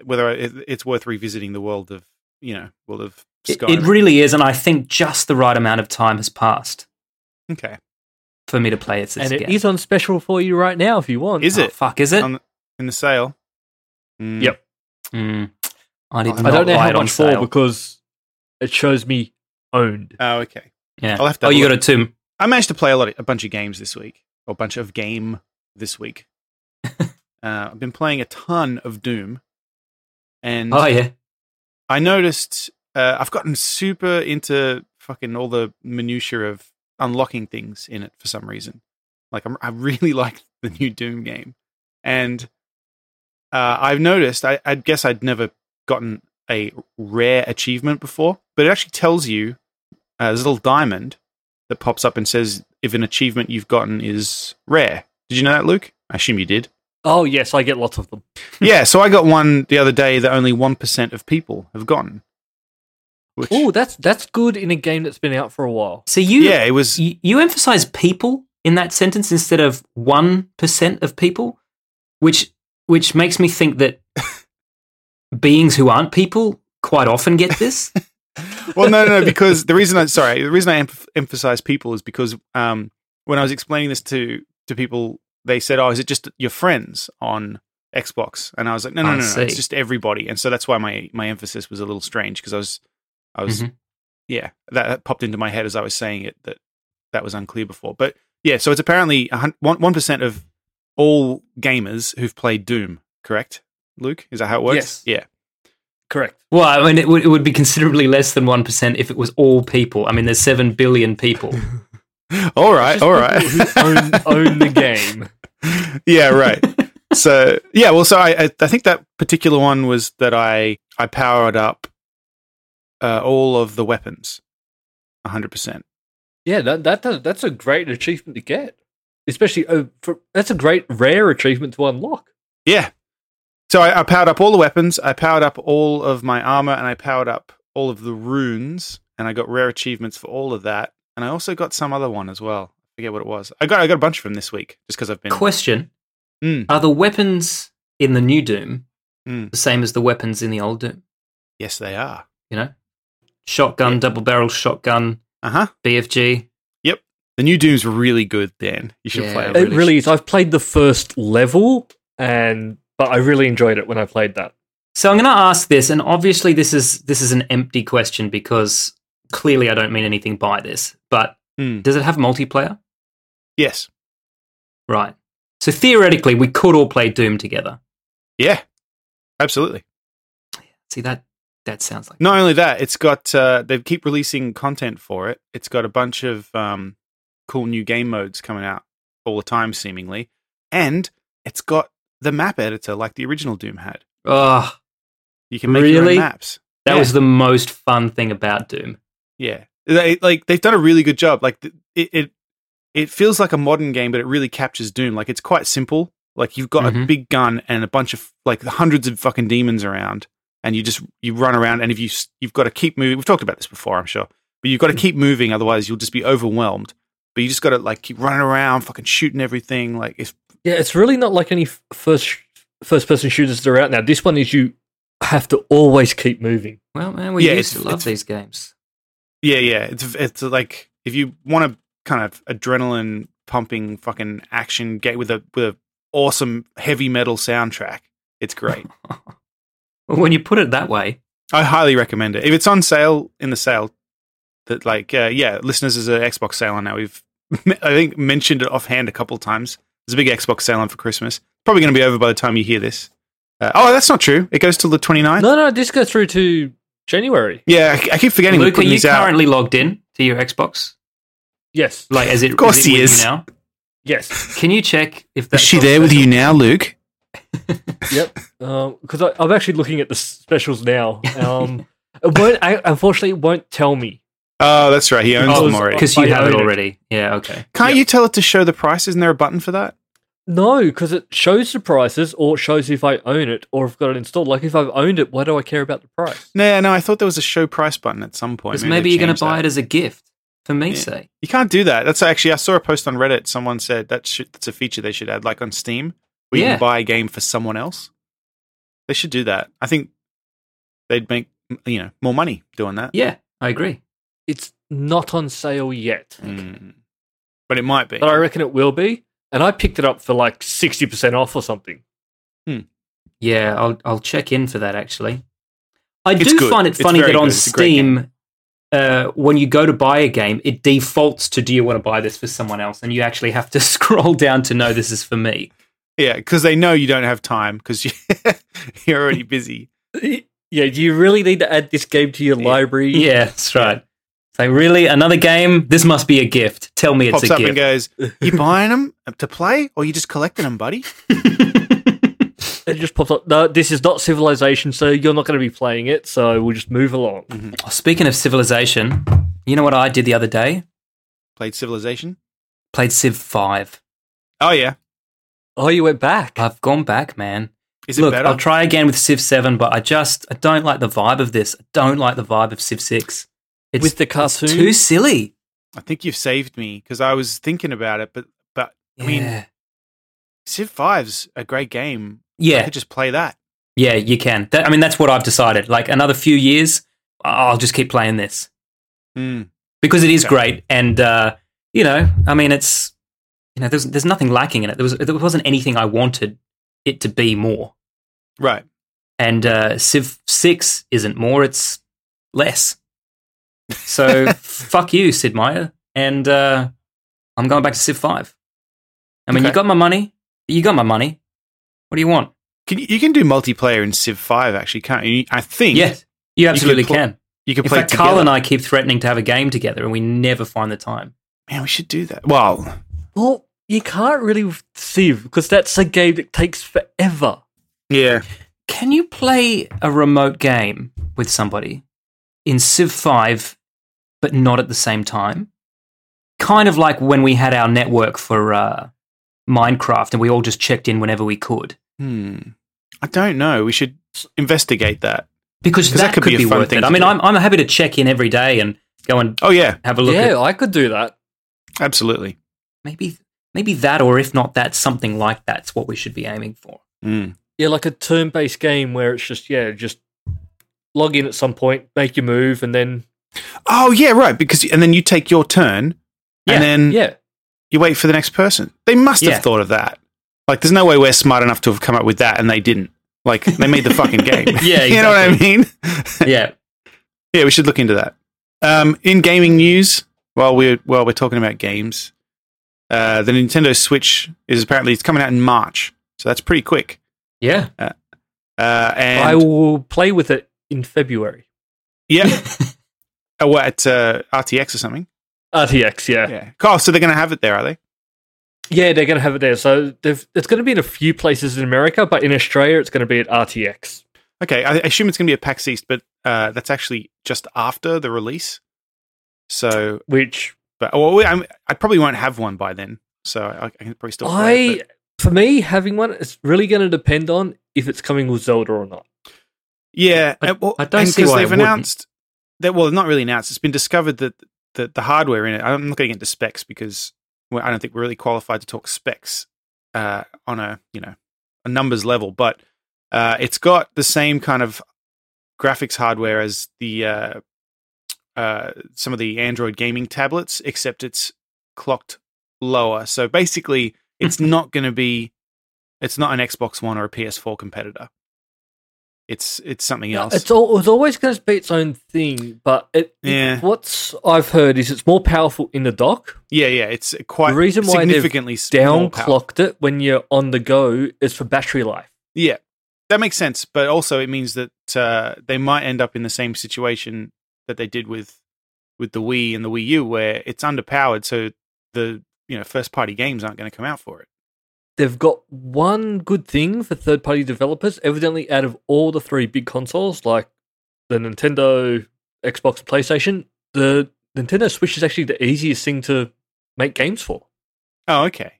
Speaker 6: whether it- it's worth revisiting the world of you know world of
Speaker 5: It,
Speaker 6: Skyrim.
Speaker 5: it really is, and I think just the right amount of time has passed
Speaker 6: okay.
Speaker 5: for me to play it.
Speaker 3: and
Speaker 5: again.
Speaker 3: it is on special for you right now if you want.
Speaker 6: Is
Speaker 5: Oh,
Speaker 6: it
Speaker 5: fuck, is it?
Speaker 6: on the, in the sale? Mm.
Speaker 3: Yep.
Speaker 5: Mm. I did
Speaker 6: I
Speaker 3: I
Speaker 5: not
Speaker 3: don't know
Speaker 5: buy
Speaker 3: how
Speaker 5: it on
Speaker 3: much for
Speaker 5: sale.
Speaker 3: because it shows me owned.
Speaker 6: Oh, okay.
Speaker 5: yeah.
Speaker 6: I'll have to
Speaker 5: oh,
Speaker 6: have a
Speaker 5: you got
Speaker 6: look.
Speaker 5: it too.
Speaker 6: I managed to play a lot, of, a bunch of games this week, or a bunch of game this week. uh, I've been playing a ton of Doom, and
Speaker 5: Oh yeah.
Speaker 6: I noticed uh, I've gotten super into fucking all the minutiae of unlocking things in it for some reason. Like I'm, I really like the new Doom game, and uh, I've noticed. I, I guess I'd never gotten a rare achievement before, but it actually tells you uh, there's a little diamond that pops up and says if an achievement you've gotten is rare. Did you know that, Luke? I assume you did
Speaker 3: Oh yes, I get lots of them.
Speaker 6: yeah, so I got one the other day that only 1% of people have gotten. Which,
Speaker 3: Oh, that's that's good in a game that's been out for a while.
Speaker 5: So you
Speaker 6: yeah, it was.
Speaker 5: you, you emphasize people in that sentence instead of one percent of people, which which makes me think that beings who aren't people quite often get this.
Speaker 6: Well, no, no, no, because the reason I, sorry, the reason I emph emphasize people is because um, when I was explaining this to, to people, they said, oh, is it just your friends on Xbox? And I was like, no, no,
Speaker 5: I
Speaker 6: no, no, it's
Speaker 5: see.
Speaker 6: just everybody. And so that's why my, my emphasis was a little strange because I was, I was,
Speaker 5: Mhm.
Speaker 6: yeah, that, that popped into my head as I was saying it that that was unclear before. But yeah, so it's apparently a hun- one- 1% of all gamers who've played Doom, correct? Luke, is that how it works?
Speaker 3: Yes.
Speaker 6: Yeah.
Speaker 3: Correct.
Speaker 5: Well, I mean, it would, it would be considerably less than one percent if it was all people. I mean, there's seven billion people.
Speaker 6: All right. All right.
Speaker 3: Own own the game.
Speaker 6: yeah. Right. So yeah. Well, so I I- I think that particular one was that I I powered up uh, all of the weapons, hundred percent.
Speaker 3: Yeah, that, that does, that's a great achievement to get. Especially uh, for, that's a great rare achievement to unlock.
Speaker 6: Yeah. So I, I powered up all the weapons. I powered up all of my armor, and I powered up all of the runes, and I got rare achievements for all of that. And I also got some other one as well. I forget what it was. I got I got a bunch from this week just because I've been.
Speaker 5: Question:
Speaker 6: Mm.
Speaker 5: Are the weapons in the new Doom
Speaker 6: Mm.
Speaker 5: the same as the weapons in the old Doom?
Speaker 6: Yes, they are.
Speaker 5: You know, shotgun, double barrel shotgun,
Speaker 6: Uh huh.
Speaker 5: BFG.
Speaker 6: The new Doom's really good. Dan, you should
Speaker 5: Yeah.
Speaker 6: play it.
Speaker 5: It
Speaker 3: It really is. I've played the first level, and but I really enjoyed it when I played that.
Speaker 5: So I'm going to ask this, and obviously this is this is an empty question because clearly I don't mean anything by this, but
Speaker 6: Hmm.
Speaker 5: does it have multiplayer?
Speaker 6: Yes.
Speaker 5: Right. So theoretically, we could all play Doom together.
Speaker 6: Yeah. Absolutely.
Speaker 5: See that? That sounds like
Speaker 6: Not only that, it's got uh, they keep releasing content for it. It's got a bunch of um, cool new game modes coming out all the time, seemingly, and it's got the map editor like the original Doom had.
Speaker 5: Oh,
Speaker 6: You can make your own
Speaker 5: Really?
Speaker 6: maps.
Speaker 5: that
Speaker 6: Yeah.
Speaker 5: was the most fun thing about Doom.
Speaker 6: Yeah, they, like they've done a really good job. Like th- it, it, it feels like a modern game, but it really captures Doom. Like it's quite simple. Like you've got a
Speaker 5: Mhm.
Speaker 6: big gun and a bunch of like hundreds of fucking demons around, and you just you run around. And if you s- you've got to keep moving, we've talked about this before, I'm sure, but you've got to keep moving, otherwise you'll just be overwhelmed. But you just got to like keep running around, fucking shooting everything. Like it's
Speaker 3: Yeah, it's really not like any f- first first person shooters that are out now. This one is you have to always keep moving.
Speaker 5: Well, man, we
Speaker 6: Yeah,
Speaker 5: used to
Speaker 6: it's-
Speaker 5: love
Speaker 6: it's-
Speaker 5: these games.
Speaker 6: Yeah, yeah. It's it's like if you want to kind of adrenaline pumping fucking action get with a with a awesome heavy metal soundtrack. It's great.
Speaker 5: When you put it that way,
Speaker 6: I highly recommend it. If it's on sale in the sale, that like uh, yeah, listeners is an Xbox sale on now. We've I think mentioned it offhand a couple times. There's a big Xbox sale on for Christmas. Probably going to be over by the time you hear this. Uh, oh, that's not true. It goes till the 29th.
Speaker 3: No, no, this goes through to January.
Speaker 6: Yeah, I, I keep forgetting we're
Speaker 5: Luke, are
Speaker 6: putting
Speaker 5: you
Speaker 6: these out.
Speaker 5: currently logged in to your Xbox?
Speaker 3: Yes,
Speaker 5: Like, as it, of
Speaker 6: course
Speaker 5: it
Speaker 6: he
Speaker 5: with
Speaker 6: is.
Speaker 5: You now?
Speaker 3: yes,
Speaker 5: Can you check if
Speaker 6: Is
Speaker 5: that's
Speaker 6: she
Speaker 5: all
Speaker 6: there with
Speaker 5: special?
Speaker 6: you now, Luke?
Speaker 3: yep. Because Um, I I'm actually looking at the specials now. Um, it won't. I, unfortunately, it won't tell me.
Speaker 6: Oh, that's right. He owns
Speaker 3: Oh,
Speaker 6: them already.
Speaker 5: Because you
Speaker 3: I
Speaker 5: have it
Speaker 3: own it.
Speaker 5: already. Yeah. Okay.
Speaker 6: Can't you tell it to show the price? Isn't there a button for that?
Speaker 3: No, because it shows the prices, or it shows if I own it, or if I've got it installed. Like if I've owned it, why do I care about the price?
Speaker 6: No, no, I thought there was a show price button at some point.
Speaker 5: Because maybe you're going to buy it
Speaker 6: As-
Speaker 5: as a gift for me,
Speaker 6: Yeah.
Speaker 5: say.
Speaker 6: you can't do that. That's actually I saw a post on Reddit. Someone said that should, that's a feature they should add, like on Steam, where you
Speaker 5: Yeah.
Speaker 6: can buy a game for someone else. They should do that. I think they'd make m- you know more money doing that.
Speaker 5: Yeah, I agree.
Speaker 3: It's not on sale yet,
Speaker 6: Mm. But it might be.
Speaker 3: but I reckon it will be. And I picked it up for like sixty percent off or something.
Speaker 5: Yeah, I'll I'll check in for that actually. I
Speaker 6: It's
Speaker 5: do
Speaker 6: good.
Speaker 5: find it
Speaker 6: It's
Speaker 5: funny
Speaker 6: very
Speaker 5: that on
Speaker 6: good. It's a great
Speaker 5: Steam, uh, when you go to buy a game, it defaults to do you want to buy this for someone else, and you actually have to scroll down to know this is for me.
Speaker 6: yeah, because they know you don't have time because you, you're already busy.
Speaker 3: Yeah, do you really need to add this game to your library?
Speaker 5: Yeah, that's right. So really, another game? This must be a gift. Tell me it's
Speaker 6: Pops
Speaker 5: a
Speaker 6: up
Speaker 5: gift.
Speaker 6: and goes, "You buying them to play, or you just collecting them, buddy?"
Speaker 3: It just pops up. No, this is not Civilization, so you're not going to be playing it. So we'll just move along.
Speaker 5: Oh, Speaking of Civilization, you know what I did the other day?
Speaker 6: Played Civilization.
Speaker 5: Played Civ Five.
Speaker 6: Oh yeah,
Speaker 3: Oh, you went back.
Speaker 5: I've gone back, man.
Speaker 6: is it
Speaker 5: Look,
Speaker 6: better?
Speaker 5: I'll try again with Civ 7, but I just I don't like the vibe of this. I don't like the vibe of Civ 6. It's
Speaker 3: With the
Speaker 5: it's
Speaker 3: cartoon?
Speaker 5: too silly.
Speaker 6: I think you've saved me because I was thinking about it, but but I mean,
Speaker 5: Yeah.
Speaker 6: Civ Five's a great game. I
Speaker 5: yeah,
Speaker 6: could just play that.
Speaker 5: yeah, you can. That, I mean, that's what I've decided. Like another few years, I'll just keep playing this
Speaker 6: Mm.
Speaker 5: because it is
Speaker 6: Okay.
Speaker 5: great. And uh, you know, I mean, it's you know, there's there's nothing lacking in it. There was there wasn't anything I wanted it to be more.
Speaker 6: Right.
Speaker 5: and uh, Civ Six isn't more; it's less. So fuck you, Sid Meier, and uh, I'm going back to Civ Five. I mean, you
Speaker 6: Okay.
Speaker 5: got my money. You got my money. What do you want?
Speaker 6: Can you, you can do multiplayer in Civ Five actually, can't you? I think.
Speaker 5: Yes, you absolutely
Speaker 6: pl-
Speaker 5: can.
Speaker 6: You can
Speaker 5: In
Speaker 6: play
Speaker 5: fact, Carl
Speaker 6: together.
Speaker 5: and I keep threatening to have a game together, and we never find the time.
Speaker 6: Man, we should do that. Well,
Speaker 3: Well, you can't really see because that's a game that takes forever.
Speaker 6: yeah.
Speaker 5: Can you play a remote game with somebody in Civ 5, but not at the same time? Kind of like when we had our network for uh, Minecraft and we all just checked in whenever we could.
Speaker 6: Hmm. I don't know. We should investigate that.
Speaker 5: Because
Speaker 6: 'Cause
Speaker 5: that, could, be,
Speaker 6: a fun
Speaker 5: worth
Speaker 6: thing
Speaker 5: it. I
Speaker 6: to
Speaker 5: mean,
Speaker 6: do.
Speaker 5: I'm, I'm happy to check in every day and go and
Speaker 6: Oh yeah,
Speaker 5: have a look
Speaker 3: yeah,
Speaker 5: at
Speaker 3: I could do that.
Speaker 6: absolutely.
Speaker 5: maybe, maybe that, or if not that, something like that's what we should be aiming for.
Speaker 6: Mm.
Speaker 3: Yeah, like a turn-based game where it's just yeah, just log in at some point, make your move, and then
Speaker 6: Oh yeah, right. Because and then you take your turn,
Speaker 5: Yeah,
Speaker 6: and then
Speaker 3: yeah,
Speaker 6: you wait for the next person. They must
Speaker 5: Yeah.
Speaker 6: have thought of that. Like, there's no way we're smart enough to have come up with that, and they didn't. Like, they made the fucking game.
Speaker 5: Yeah,
Speaker 6: you know what I mean?
Speaker 5: yeah.
Speaker 6: Yeah, we should look into that. Um, in gaming news, while we're while we're talking about games, uh, the Nintendo Switch is apparently it's coming out in March, so that's pretty quick.
Speaker 5: Yeah.
Speaker 6: Uh, and
Speaker 3: I will play with it in February.
Speaker 6: yeah, oh, what, at uh, RTX or something.
Speaker 3: RTX, yeah. yeah.
Speaker 6: Yeah. Oh, so they're going to have it there, are they?
Speaker 3: they're going to have it there. So they've, it's going to be in a few places in America, but in Australia, it's going to be at RTX.
Speaker 6: Okay, I I assume it's going to be a PAX East, but uh, that's actually just after the release. So,
Speaker 3: Which
Speaker 6: but well, I'm, I probably won't have one by then, so I, I can probably still. play it,
Speaker 3: I, for me, having one, it's really going to depend on if it's coming with Zelda or not.
Speaker 6: but- yeah,
Speaker 5: I-
Speaker 6: and- well,
Speaker 5: I don't
Speaker 6: and
Speaker 5: see
Speaker 6: 'cause
Speaker 5: why it
Speaker 6: they've
Speaker 5: wouldn't.
Speaker 6: announced that. Well, not really announced. It's been discovered that the, the hardware in it. I'm not going to get into specs because well, I don't think we're really qualified to talk specs uh, on a you know a numbers level, but uh, it's got the same kind of graphics hardware as the uh, uh, some of the Android gaming tablets, except it's clocked lower. So basically, it's
Speaker 3: Mm-hmm.
Speaker 6: not going to be it's not an Xbox One or a PS4 competitor. It's it's something else.
Speaker 3: It's, all, it's always going to be its own thing, but it,
Speaker 6: Yeah.
Speaker 3: what's I've heard is it's more powerful in the dock.
Speaker 6: yeah, yeah, it's quite
Speaker 3: The reason why they've
Speaker 6: significantly s- more power.
Speaker 3: Downclocked it when you're on the go is for battery life.
Speaker 6: Yeah, that makes sense. But also, it means that uh, they might end up in the same situation that they did with with the Wii and the Wii U, where it's underpowered, so the you know first party games aren't going to come out for it.
Speaker 3: They've got one good thing for third party developers. Evidently, out of all the three big consoles, like the Nintendo, Xbox, PlayStation, the Nintendo Switch is actually the easiest thing to make games for.
Speaker 6: Oh, okay.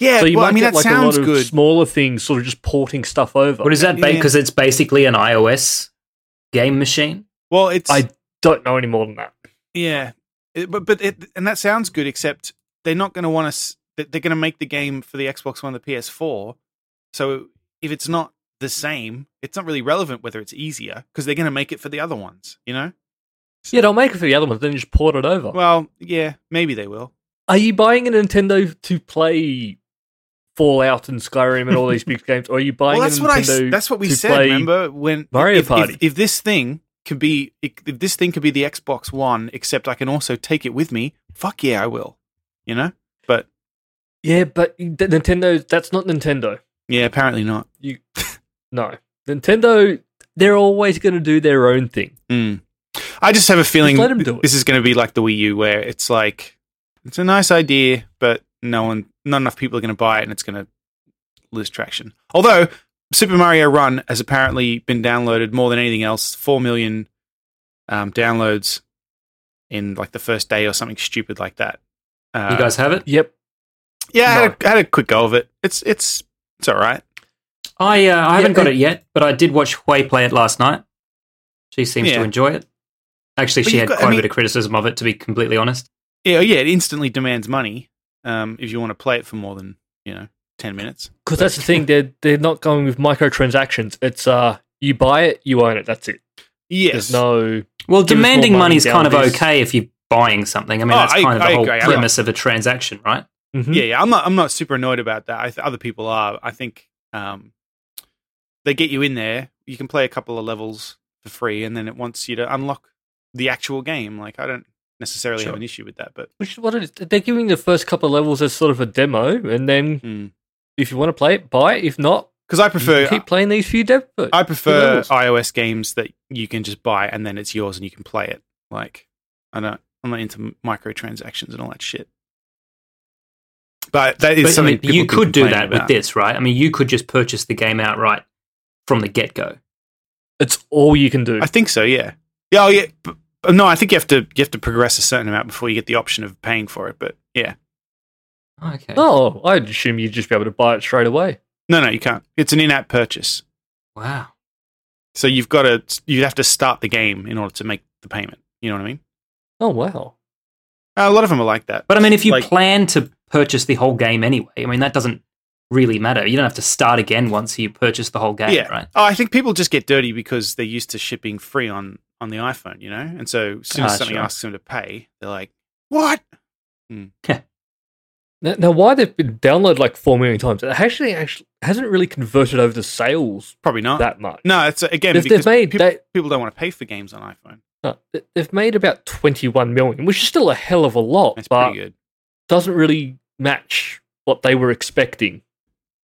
Speaker 6: Yeah,
Speaker 3: so you
Speaker 6: well,
Speaker 3: might
Speaker 6: I mean
Speaker 3: get
Speaker 6: that
Speaker 3: like a
Speaker 6: sounds
Speaker 3: lot of
Speaker 6: good.
Speaker 3: smaller things, sort of just porting stuff over.
Speaker 5: What is that?
Speaker 6: Yeah.
Speaker 5: Because it's basically an iOS game machine.
Speaker 6: well, it's
Speaker 3: I don't know any more than that.
Speaker 6: Yeah, It- but but it, and that sounds good. Except they're not going to want us. They're going to make the game for the Xbox One, and the PS4. So if it's not the same, it's not really relevant whether it's easier because they're going to make it for the other ones. You know?
Speaker 3: Yeah, they'll make it for the other ones, then just port it over.
Speaker 6: Well, yeah, maybe they will.
Speaker 3: Are you buying a Nintendo to play Fallout and Skyrim and all these big games, or are you buying
Speaker 6: Well, that's
Speaker 3: a
Speaker 6: what I.
Speaker 3: Nintendo?
Speaker 6: s- That's what we
Speaker 3: to
Speaker 6: said.
Speaker 3: play-
Speaker 6: Remember when
Speaker 3: Mario
Speaker 6: if, if-
Speaker 3: Party.
Speaker 6: If, this thing could be, if this thing could be the Xbox One, except I can also take it with me. Fuck yeah, I will. You know? But
Speaker 3: Yeah, but the Nintendo, that's not Nintendo.
Speaker 6: yeah, apparently not.
Speaker 3: You, no, Nintendo, they're always going to do their own thing.
Speaker 6: Mm. I just have a feeling
Speaker 3: let 'em do it.
Speaker 6: this is going to be like the Wii U, where it's like it's a nice idea, but no one, not enough people are going to buy it, and it's going to lose traction. Although Super Mario Run has apparently been downloaded more than anything else, four million um, downloads in like the first day or something stupid like that. Uh,
Speaker 5: You guys have it?
Speaker 3: Yep,
Speaker 6: yeah, I had, a, I had a quick go of it. It's it's it's all right.
Speaker 5: I uh, I haven't got
Speaker 3: it-
Speaker 5: it yet, but I did watch Hui play it last night. She seems
Speaker 6: Yeah.
Speaker 5: to enjoy it. Actually,
Speaker 6: But
Speaker 5: she
Speaker 6: you've
Speaker 5: had
Speaker 6: got- I
Speaker 5: quite a
Speaker 6: mean-
Speaker 5: bit of criticism of it, to be completely honest.
Speaker 6: Yeah, yeah, it instantly demands money um, if you want to play it for more than you know ten minutes.
Speaker 3: because that's the thing. They're they're not going with microtransactions. It's uh, you buy it, you own it. That's it.
Speaker 6: Yes,
Speaker 3: There's no
Speaker 5: Well,
Speaker 3: Give us more
Speaker 5: demanding
Speaker 3: money
Speaker 5: money's kind of
Speaker 3: down this-
Speaker 5: okay if you're buying something. I mean,
Speaker 6: Oh,
Speaker 5: that's
Speaker 6: I-
Speaker 5: kind of
Speaker 6: I
Speaker 5: the whole
Speaker 6: agree. I'm not-
Speaker 5: premise of a transaction, right?
Speaker 3: Mhm.
Speaker 6: Yeah, yeah. I'm not. I'm not super annoyed about that. I th- other people are. I think um, they get you in there. You can play a couple of levels for free, and then it wants you to unlock the actual game. Like I don't necessarily have
Speaker 3: Sure.
Speaker 6: an issue with that, but
Speaker 3: which is what it is. They're giving the first couple of levels as sort of a demo, and then
Speaker 5: Hmm.
Speaker 6: because
Speaker 3: if you want to play it, buy it. If not,
Speaker 6: I
Speaker 3: you can
Speaker 6: prefer
Speaker 3: keep playing these few demos.
Speaker 6: I prefer
Speaker 3: levels.
Speaker 6: iOS games that you can just buy and then it's yours and you can play it. Like I don't. I'm not into microtransactions and all that shit. But that is
Speaker 5: But, I
Speaker 6: something
Speaker 5: mean, you
Speaker 6: people
Speaker 5: could do
Speaker 6: complain
Speaker 5: that
Speaker 6: about.
Speaker 5: with this, right? I mean, you could just purchase the game outright from the get go.
Speaker 3: it's all you can do.
Speaker 6: I think so. Yeah. Yeah. Oh, yeah. b- b- no, I think you have to you have to progress a certain amount before you get the option of paying for it. But yeah.
Speaker 5: Okay.
Speaker 3: Oh, I'd assume you'd just be able to buy it straight away.
Speaker 6: No, no, you can't. It's an in-app purchase,
Speaker 5: Wow.
Speaker 6: so you've got to you'd have to start the game in order to make the payment. You know what I mean?
Speaker 3: Oh wow.
Speaker 6: Uh, a lot of them are like that.
Speaker 5: But I mean, if you
Speaker 6: Like-
Speaker 5: plan to purchase the whole game anyway, I mean, that doesn't really matter. You don't have to start again once you purchase the whole game,
Speaker 6: yeah.
Speaker 5: right?
Speaker 6: Oh, I think people just get dirty because they're used to shipping free on on the iPhone. You know, and so as soon as
Speaker 5: Ah,
Speaker 6: something
Speaker 5: sure.
Speaker 6: asks them to pay, they're like, "What?
Speaker 3: Now, now why they've been downloaded like four million times? It actually, actually hasn't really converted over to sales
Speaker 6: Probably not."
Speaker 3: that much.
Speaker 6: no, it's uh, again
Speaker 3: If they've
Speaker 6: because
Speaker 3: made
Speaker 6: people,
Speaker 3: that-
Speaker 6: people don't want to pay for games on iPhone.
Speaker 3: Uh, th- they've made about 21 million, which is still a hell of a lot,
Speaker 6: That's
Speaker 3: but
Speaker 6: pretty good.
Speaker 3: doesn't really match what they were expecting.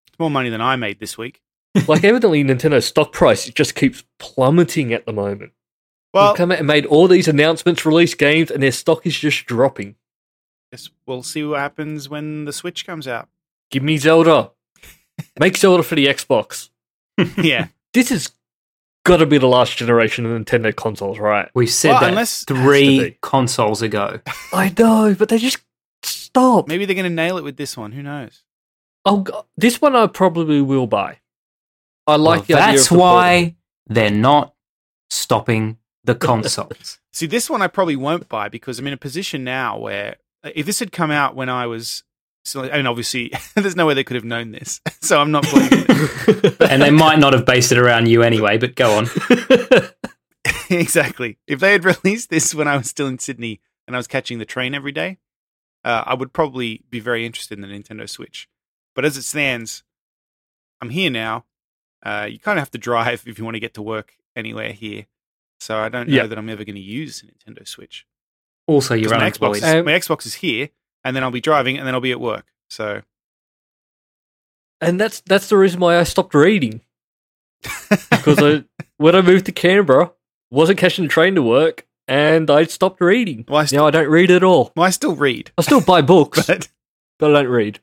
Speaker 6: It's more money than I made this week.
Speaker 3: like, evidently, Nintendo's stock price it just keeps plummeting at the moment.
Speaker 6: Well,
Speaker 3: They've come out and made all these announcements, released games, and their stock is just dropping.
Speaker 6: guess we'll see what happens when the Switch comes out.
Speaker 3: Give me Zelda. Make Zelda for the Xbox.
Speaker 6: yeah.
Speaker 3: This has got to be the last generation of Nintendo consoles, right?
Speaker 5: We've said
Speaker 6: Well,
Speaker 5: that
Speaker 6: unless-
Speaker 3: Has to
Speaker 5: three
Speaker 3: be.
Speaker 5: consoles ago.
Speaker 3: I know, but they just stop.
Speaker 6: Maybe they're going to nail it with this one. Who knows?
Speaker 3: Oh, go- this one I probably will buy. I like
Speaker 5: Well,
Speaker 3: the idea.
Speaker 5: that's
Speaker 3: of the
Speaker 5: why they're not stopping the consoles.
Speaker 6: See, this one I probably won't buy because I'm in a position now where uh, if this had come out when I was. So, I mean, obviously, there's no way they could have known this. So I'm not blaming them.
Speaker 5: and they might not have based it around you anyway, but go on.
Speaker 6: exactly. If they had released this when I was still in Sydney and I was catching the train every day, uh, I would probably be very interested in the Nintendo Switch. But as it stands, I'm here now. Uh, you kind of have to drive if you want to get to work anywhere here. So I don't know
Speaker 3: Yeah.
Speaker 6: that I'm ever going to use a Nintendo Switch.
Speaker 5: Also, you're
Speaker 6: 'Cause my Xbox,
Speaker 5: unemployed.
Speaker 6: is,
Speaker 3: Um,
Speaker 6: my Xbox is here, and then I'll be driving, and then I'll be at work. So
Speaker 3: and that's that's the reason why I stopped reading because I, when I moved to Canberra, wasn't catching the train to work, and I stopped reading.
Speaker 6: Well, I
Speaker 3: now I don't read at all.
Speaker 6: well, I still read,
Speaker 3: I still buy books,
Speaker 6: but
Speaker 3: but I don't read.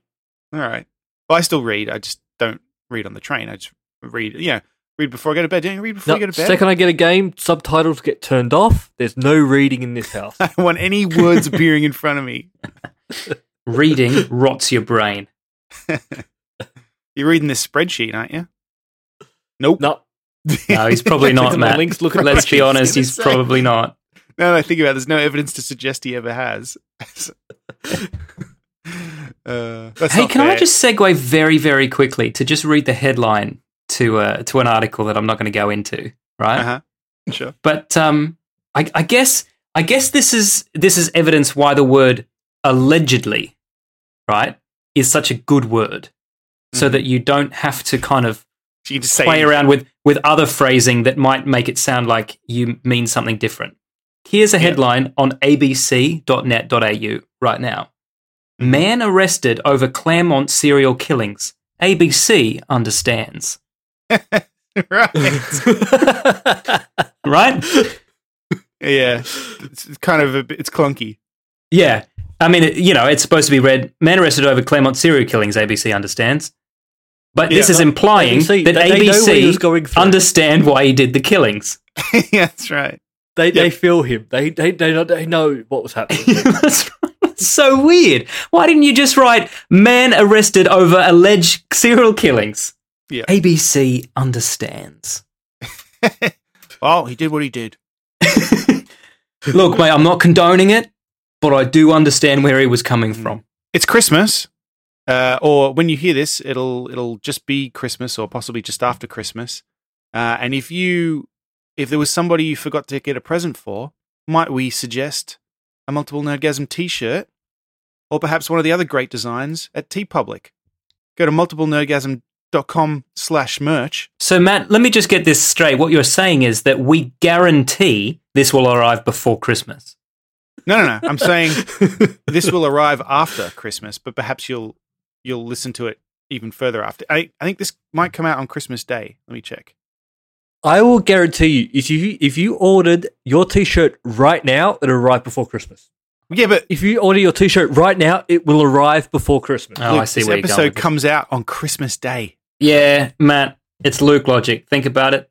Speaker 6: All right. Well, I still read. I just don't read on the train. I just read, you know, read before I go to bed. Don't you read before
Speaker 3: No,
Speaker 6: you go to bed?
Speaker 3: second, I get a game, subtitles get turned off. There's no reading in this house.
Speaker 6: I don't want any words appearing in front of me.
Speaker 5: Reading rots your brain.
Speaker 6: You're reading this spreadsheet, aren't you? Nope.
Speaker 3: no,
Speaker 5: No, he's probably
Speaker 3: Look
Speaker 5: not,
Speaker 3: at my
Speaker 5: Matt.
Speaker 3: links, look at my
Speaker 5: Let's be
Speaker 3: links.
Speaker 5: honest, he's
Speaker 3: It's
Speaker 5: probably not.
Speaker 6: No, no, think about it. There's no evidence to suggest he ever has. uh, that's
Speaker 5: hey,
Speaker 6: not
Speaker 5: can I
Speaker 6: fair.
Speaker 5: just segue very, very quickly to just read the headline to uh, to an article that I'm not going to go into, right?
Speaker 6: Uh-huh. Sure.
Speaker 5: But um, I, I guess I guess this is this is evidence why the word allegedly, right, is such a good word, so that you don't have to kind of
Speaker 6: So you can just say
Speaker 5: play around with with other phrasing that might make it sound like you mean something different. Here's a headline on abc.net.au right now. Man arrested over Claremont serial killings. ABC understands.
Speaker 6: right.
Speaker 5: Right?
Speaker 6: yeah. It's it's kind of a bit, it's clunky.
Speaker 5: yeah. I mean, it, you know, it's supposed to be read man arrested over Claremont serial killings. ABC understands. But this
Speaker 6: Yeah.
Speaker 5: is implying
Speaker 3: ABC
Speaker 5: that
Speaker 3: they know what he was
Speaker 5: ABC
Speaker 3: going through.
Speaker 5: understand why he did the killings.
Speaker 6: yeah, that's right.
Speaker 3: they
Speaker 6: yeah.
Speaker 3: they feel him. They they they know, they know what was happening.
Speaker 5: That's so weird. Why didn't you just write man arrested over alleged serial killings?
Speaker 6: Yeah.
Speaker 5: ABC understands.
Speaker 6: Oh, he did what he did.
Speaker 5: Look, mate, I'm not condoning it, but I do understand where he was coming
Speaker 3: Mm.
Speaker 5: from.
Speaker 6: it's Christmas, uh, or when you hear this, it'll it'll just be Christmas, or possibly just after Christmas. Uh, and if you if there was somebody you forgot to get a present for, might we suggest a multiple nerdgasm T-shirt, or perhaps one of the other great designs at T Public? Go to multiplenerdgasm.com slash merch.
Speaker 5: So, Matt, let me just get this straight. What you're saying is that we guarantee this will arrive before Christmas.
Speaker 6: No, no, no. I'm saying this will arrive after Christmas, but perhaps you'll you'll listen to it even further after. I, I think this might come out on Christmas Day. Let me check.
Speaker 3: I will guarantee you, if you if you ordered your T-shirt right now, it'll arrive before Christmas.
Speaker 6: Yeah, but
Speaker 3: If you order your T-shirt right now, it will arrive before Christmas.
Speaker 5: Oh,
Speaker 6: Luke,
Speaker 5: I see
Speaker 6: this
Speaker 5: where you're
Speaker 6: episode
Speaker 5: going. with this.
Speaker 6: comes out on Christmas Day.
Speaker 5: yeah, Matt, it's Luke logic. Think about it.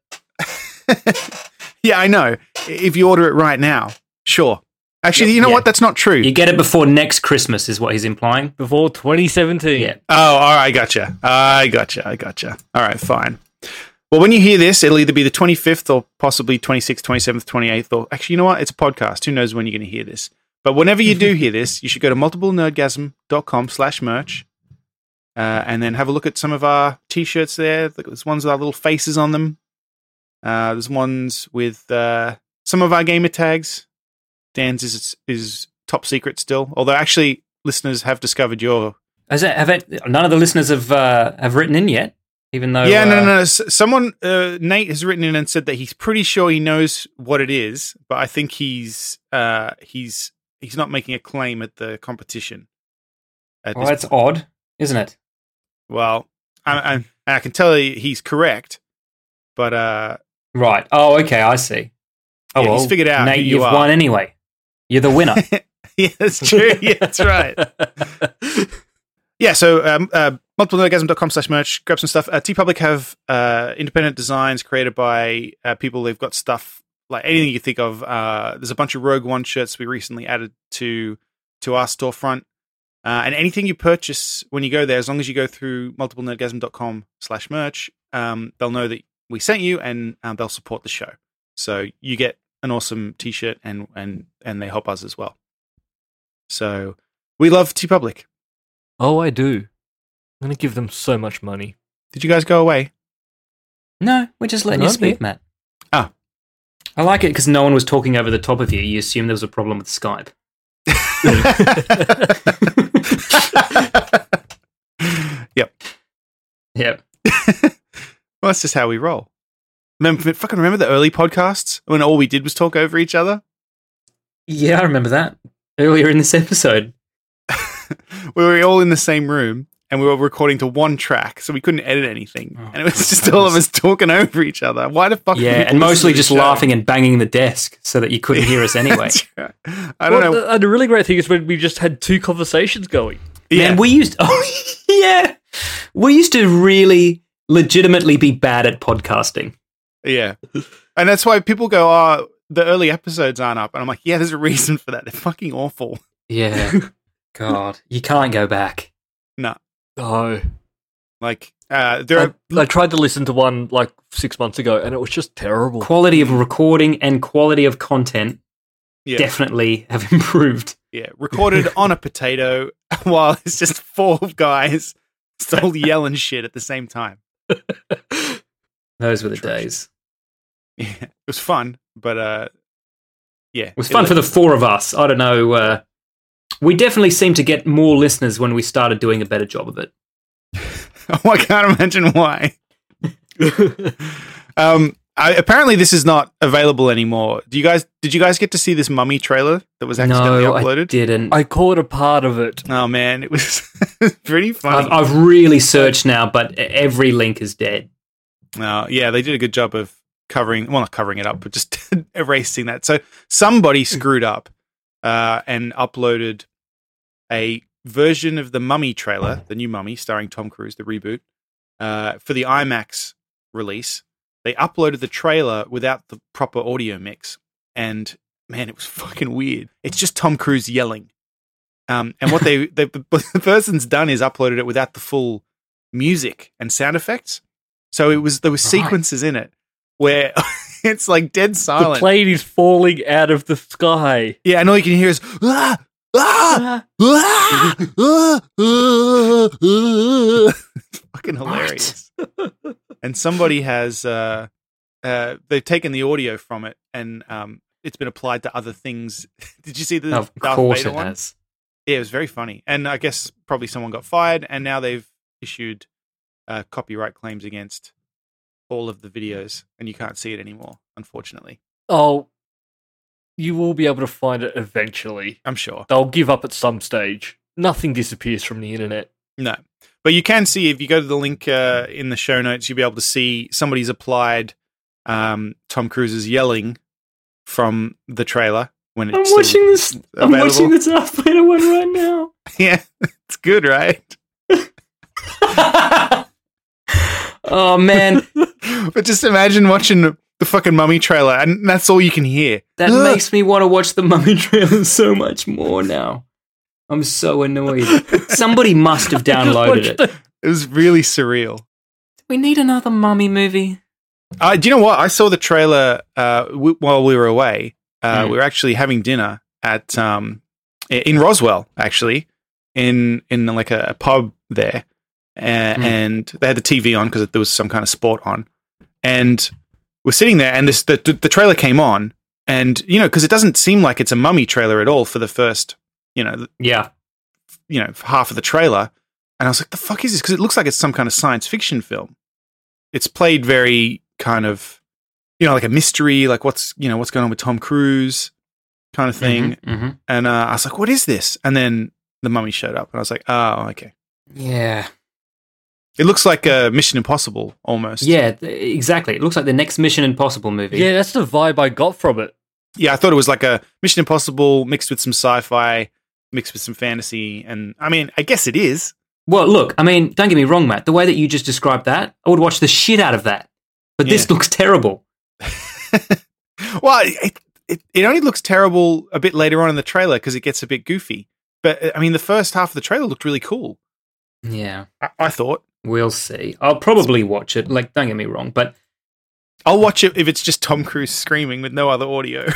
Speaker 6: Yeah, I know. I- If you order it right now, sure. Actually,
Speaker 5: Yeah,
Speaker 6: you know
Speaker 5: yeah.
Speaker 6: what? That's not true.
Speaker 5: You get it before next Christmas, is what he's implying.
Speaker 3: Before 2017.
Speaker 5: Yeah.
Speaker 6: oh, all right. I gotcha. I gotcha. I gotcha. All right, fine. Well, when you hear this, it'll either be the 25th or possibly 26th, 27th, 28th, or actually, you know what? It's a podcast. Who knows when you're going to hear this? But whenever you do hear this, you should go to multiplenerdgasm.com slash merch uh, and then have a look at some of our t-shirts there. There's ones with our little faces on them. Uh, there's ones with uh, some of our gamer tags. Dan's is is top secret still. Although actually, listeners have discovered your
Speaker 5: Has that, have it, none of the listeners have uh, have written in yet. Even though,
Speaker 6: yeah, no,
Speaker 5: uh,
Speaker 6: no, no. S- Someone, uh, Nate, has written in and said that he's pretty sure he knows what it is, but I think he's uh, he's he's not making a claim at the competition. At
Speaker 5: Well,
Speaker 6: this-
Speaker 5: oh, that's odd, isn't it?
Speaker 6: well, I, I, I can tell you he's correct, but uh,
Speaker 5: Right. Oh, okay. I see. Oh,
Speaker 6: Yeah,
Speaker 5: well,
Speaker 6: he's figured out
Speaker 5: Nate,
Speaker 6: who you
Speaker 5: you've
Speaker 6: are.
Speaker 5: won anyway. You're the winner.
Speaker 6: yeah, that's true. Yeah, that's right. yeah, so um, uh, multiplenergasm.com slash merch, grab some stuff. Uh, T Public have uh, independent designs created by uh, people. They've got stuff like anything you think of. Uh, there's a bunch of Rogue One shirts we recently added to to our storefront. Uh, and anything you purchase when you go there, as long as you go through multiplenergasm.com slash merch, um, they'll know that we sent you and um, they'll support the show. So you get an awesome t-shirt and and and they help us as well. So we love T Public.
Speaker 3: Oh, I do. I'm going to give them so much money.
Speaker 6: Did you guys go away?
Speaker 5: no, we're just letting you
Speaker 3: Lovely.
Speaker 5: speak, Matt.
Speaker 6: Ah.
Speaker 5: I like it because no one was talking over the top of you. You assumed there was a problem with Skype.
Speaker 6: yep.
Speaker 5: Yep.
Speaker 6: Well, that's just how we roll. Remember, fucking remember the early podcasts when all we did was talk over each other?
Speaker 5: Yeah, I remember that earlier in this episode.
Speaker 6: We were all in the same room and we were recording to one track, so we couldn't edit anything. and it was just all of us talking over each other. Why the fuck? do
Speaker 5: Oh, Yeah,
Speaker 6: people
Speaker 5: and
Speaker 6: listen
Speaker 5: mostly
Speaker 6: to
Speaker 5: just
Speaker 6: the show?
Speaker 5: laughing and banging the desk so that you couldn't hear us anyway.
Speaker 6: I don't
Speaker 3: well,
Speaker 6: know.
Speaker 3: The, and the really great thing is when we just had two conversations going.
Speaker 6: yeah.
Speaker 5: Man, we used oh yeah, we used to really legitimately be bad at podcasting.
Speaker 6: Yeah. And that's why people go, oh, the early episodes aren't up. And I'm like, yeah, there's a reason for that. They're fucking awful.
Speaker 5: Yeah, God, you can't go back.
Speaker 3: No.
Speaker 6: Like, uh, there
Speaker 3: Oh. I,
Speaker 6: are,
Speaker 3: I tried to listen to one like six months ago and it was just terrible.
Speaker 5: Quality of recording and quality of content
Speaker 6: yeah,
Speaker 5: definitely have improved.
Speaker 6: yeah, recorded on a potato while it's just four guys still yelling shit at the same time.
Speaker 5: Those were the days.
Speaker 6: Atrocious. Yeah. It was fun, but, uh, yeah.
Speaker 5: It was fun for the four of us. I don't know. Uh, we definitely seemed to get more listeners when we started doing a better job of it.
Speaker 6: Oh, I can't imagine why. um, I, apparently this is not available anymore. Do you guys? Did you guys get to see this mummy trailer that was accidentally
Speaker 5: No, I
Speaker 6: uploaded?
Speaker 5: didn't.
Speaker 3: I caught a part of it.
Speaker 6: Oh man, it was pretty funny.
Speaker 5: I've, I've really searched now, but e-, every link is dead.
Speaker 6: No, Oh, yeah, they did a good job of covering, well, not covering it up, but just erasing that. So somebody screwed up uh, and uploaded a version of the Mummy trailer, the new Mummy, starring Tom Cruise, the reboot, uh, for the IMAX release. They uploaded the trailer without the proper audio mix, and man, it was fucking weird. It's just Tom Cruise yelling. Um, and what they, they the person's done is uploaded it without the full music and sound effects. So it was there were sequences in it where it's like dead
Speaker 3: The
Speaker 6: silent.
Speaker 3: plane is falling out of the sky.
Speaker 6: yeah, and all you can hear is ah, ah, Ah! Ah! Ah! Ah! Fucking hilarious. and somebody has uh, uh, they've taken the audio from it and um, it's been applied to other things. Did you see the
Speaker 5: Of
Speaker 6: Darth
Speaker 5: course,
Speaker 6: Vader
Speaker 5: it
Speaker 6: one?
Speaker 5: has.
Speaker 6: Yeah, it was very funny. And I guess probably someone got fired and now they've issued uh, copyright claims against all of the videos and you can't see it anymore, unfortunately.
Speaker 3: Oh, you will be able to find it eventually.
Speaker 6: I'm sure.
Speaker 3: They'll give up at some stage. Nothing disappears from the internet.
Speaker 6: No. But you can see if you go to the link uh, in the show notes, you'll be able to see somebody's applied um, Tom Cruise's yelling from the trailer when it's
Speaker 5: I'm
Speaker 6: still
Speaker 5: watching this. I'm
Speaker 6: available.
Speaker 5: watching the Darth Vader one right now.
Speaker 6: Yeah, it's good, right?
Speaker 5: oh man,
Speaker 6: But just imagine watching the fucking Mummy trailer, and that's all you can hear.
Speaker 5: that
Speaker 6: Ah.
Speaker 5: makes me want to watch the Mummy trailer so much more now. I'm so annoyed. Somebody must have
Speaker 3: I just
Speaker 5: downloaded
Speaker 3: watched
Speaker 5: it.
Speaker 3: the-
Speaker 6: It was really surreal.
Speaker 5: We need another Mummy movie.
Speaker 6: Uh, do you know what? I saw the trailer uh, w- while we were away. Uh,
Speaker 5: Mm.
Speaker 6: We were actually having dinner at um, i- in Roswell, actually, in in like a, a pub there, uh, and they had the TV on because there was some kind of sport on, and we're sitting there, and this the the trailer came on, and you know because it doesn't seem like it's a mummy trailer at all for the first you know
Speaker 5: Yeah,
Speaker 6: you know half of the trailer, and I was like, the fuck is this? Because it looks like it's some kind of science fiction film, it's played very kind of you know like a mystery, like what's you know what's going on with Tom Cruise kind of thing.
Speaker 5: Mhm,
Speaker 6: And uh, I was like, "What is this?" And then the mummy showed up, and I was like, "Oh, okay."
Speaker 5: mhm. Yeah.
Speaker 6: It looks like a Mission Impossible almost.
Speaker 5: Yeah, th- exactly. It looks like the next Mission Impossible movie.
Speaker 3: Yeah, that's the vibe I got from it.
Speaker 6: yeah, I thought it was like a Mission Impossible mixed with some sci-fi, mixed with some fantasy, and I mean, I guess it is.
Speaker 5: Well, look, I mean, don't get me wrong, Matt. The way that you just described that, I would watch the shit out of that. But this
Speaker 6: Yeah.
Speaker 5: looks terrible.
Speaker 6: Well, it it, it only looks terrible a bit later on in the trailer because it gets a bit goofy. But uh, I mean, the first half of the trailer looked really cool.
Speaker 5: Yeah,
Speaker 6: I, I thought
Speaker 5: we'll see. I'll probably watch it. Like, don't get me wrong, but
Speaker 6: I'll watch it if it's just Tom Cruise screaming with no other audio.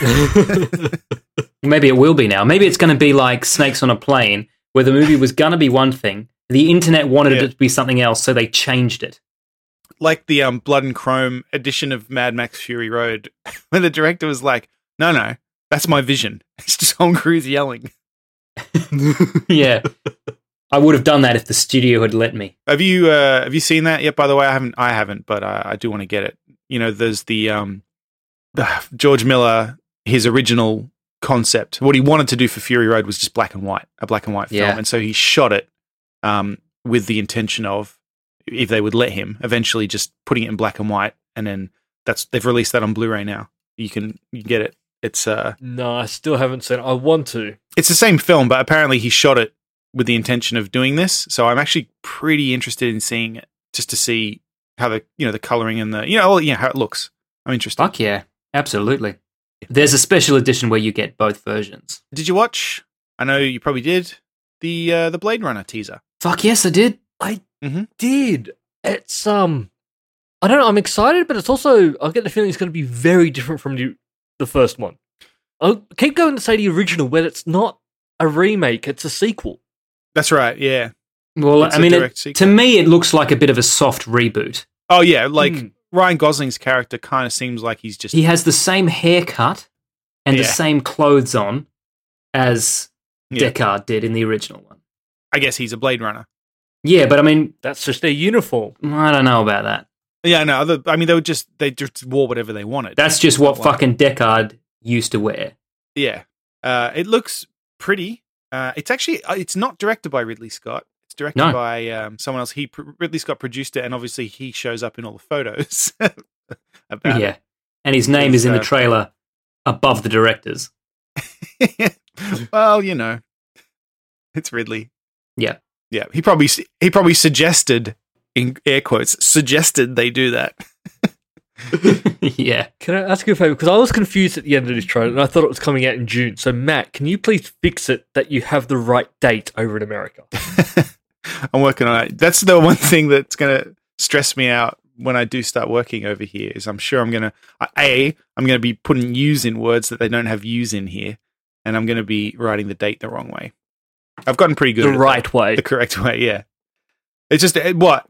Speaker 5: maybe it will be now. Maybe it's going to be like Snakes on a Plane, where the movie was going to be one thing. The internet wanted
Speaker 6: Yeah.
Speaker 5: it to be something else, so they changed it.
Speaker 6: like the um, Blood and Chrome edition of Mad Max Fury Road, when the director was like, "No, no, that's my vision. It's just Tom Cruise yelling."
Speaker 5: yeah, I would have done that if the studio had let me.
Speaker 6: Have you uh, have you seen that yet? By the way, I haven't. I haven't, but I, I do want to get it. You know, there's the um, George Miller, his original concept. What he wanted to do for Fury Road was just black and white, a black and white film,
Speaker 5: Yeah.
Speaker 6: and so he shot it um, with the intention of, if they would let him, eventually just putting it in black and white, and then that's they've released that on Blu-ray now. You can you can get it. It's uh,
Speaker 3: No, I still haven't seen it. I want to.
Speaker 6: it's the same film, but apparently he shot it with the intention of doing this. So I'm actually pretty interested in seeing it just to see how the you know the coloring and the you know well, yeah how it looks. I'm interested.
Speaker 5: Fuck yeah, absolutely. There's a special edition where you get both versions.
Speaker 6: Did you watch? I know you probably did the uh, the Blade Runner teaser.
Speaker 5: Fuck yes, I did.
Speaker 3: Did it's um, I don't know. I'm excited, but it's also I get the feeling it's going to be very different from the the first one. I keep going to say the original, but it's not a remake; it's a sequel.
Speaker 6: That's right. Yeah.
Speaker 5: Well,
Speaker 6: It's
Speaker 5: I
Speaker 6: a
Speaker 5: mean,
Speaker 6: direct
Speaker 5: it,
Speaker 6: sequel.
Speaker 5: to me, it looks like a bit of a soft reboot.
Speaker 6: Oh yeah. Like
Speaker 3: Hmm.
Speaker 6: Ryan Gosling's character kind of seems like he's just
Speaker 5: He has the same haircut and the
Speaker 6: Yeah.
Speaker 5: same clothes on as
Speaker 6: Yeah.
Speaker 5: Deckard did in the original one.
Speaker 6: I guess he's a Blade Runner.
Speaker 5: Yeah, but I mean,
Speaker 3: That's just their uniform.
Speaker 5: I don't know about that.
Speaker 6: Yeah. No. Other. I mean, they were just they just wore whatever they wanted.
Speaker 5: That's just what
Speaker 6: That one.
Speaker 5: fucking Deckard used to wear.
Speaker 6: Yeah. Uh, it looks pretty. Uh, it's actually uh, it's not directed by Ridley Scott. It's directed
Speaker 5: No.
Speaker 6: by um, someone else. He pr- Ridley Scott produced it, and obviously he shows up in all the photos. about
Speaker 5: yeah. And his name
Speaker 6: It's,
Speaker 5: is in the
Speaker 6: uh,
Speaker 5: trailer above the directors.
Speaker 6: it. well, you know, it's Ridley.
Speaker 5: Yeah.
Speaker 6: yeah. He probably s- he probably suggested in air quotes suggested they do that.
Speaker 5: yeah.
Speaker 3: Can I ask you a favor? Because I was confused at the end of this trailer, and I thought it was coming out in June. So, Matt, can you please fix it that you have the right date over in America?
Speaker 6: I'm working on it. That's the one thing that's going to stress me out when I do start working over here. Is I'm sure I'm going to a I'm going to be putting U's in words that they don't have U's in here, and I'm going to be writing the date the wrong way. I've gotten pretty good
Speaker 3: the
Speaker 6: at
Speaker 3: right
Speaker 6: it,
Speaker 3: way.
Speaker 6: the correct way. Yeah, it's just it- what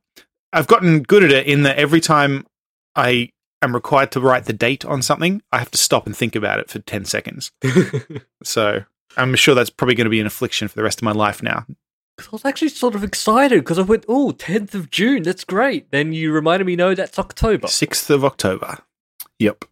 Speaker 6: I've gotten good at it in that every time I am required to write the date on something, I have to stop and think about it for ten seconds. so I'm sure that's probably going to be an affliction for the rest of my life now.
Speaker 3: 'Cause I was actually sort of excited because I went, oh, 10th of June, that's great. Then you reminded me, no, that's October.
Speaker 6: Sixth of October. Yep.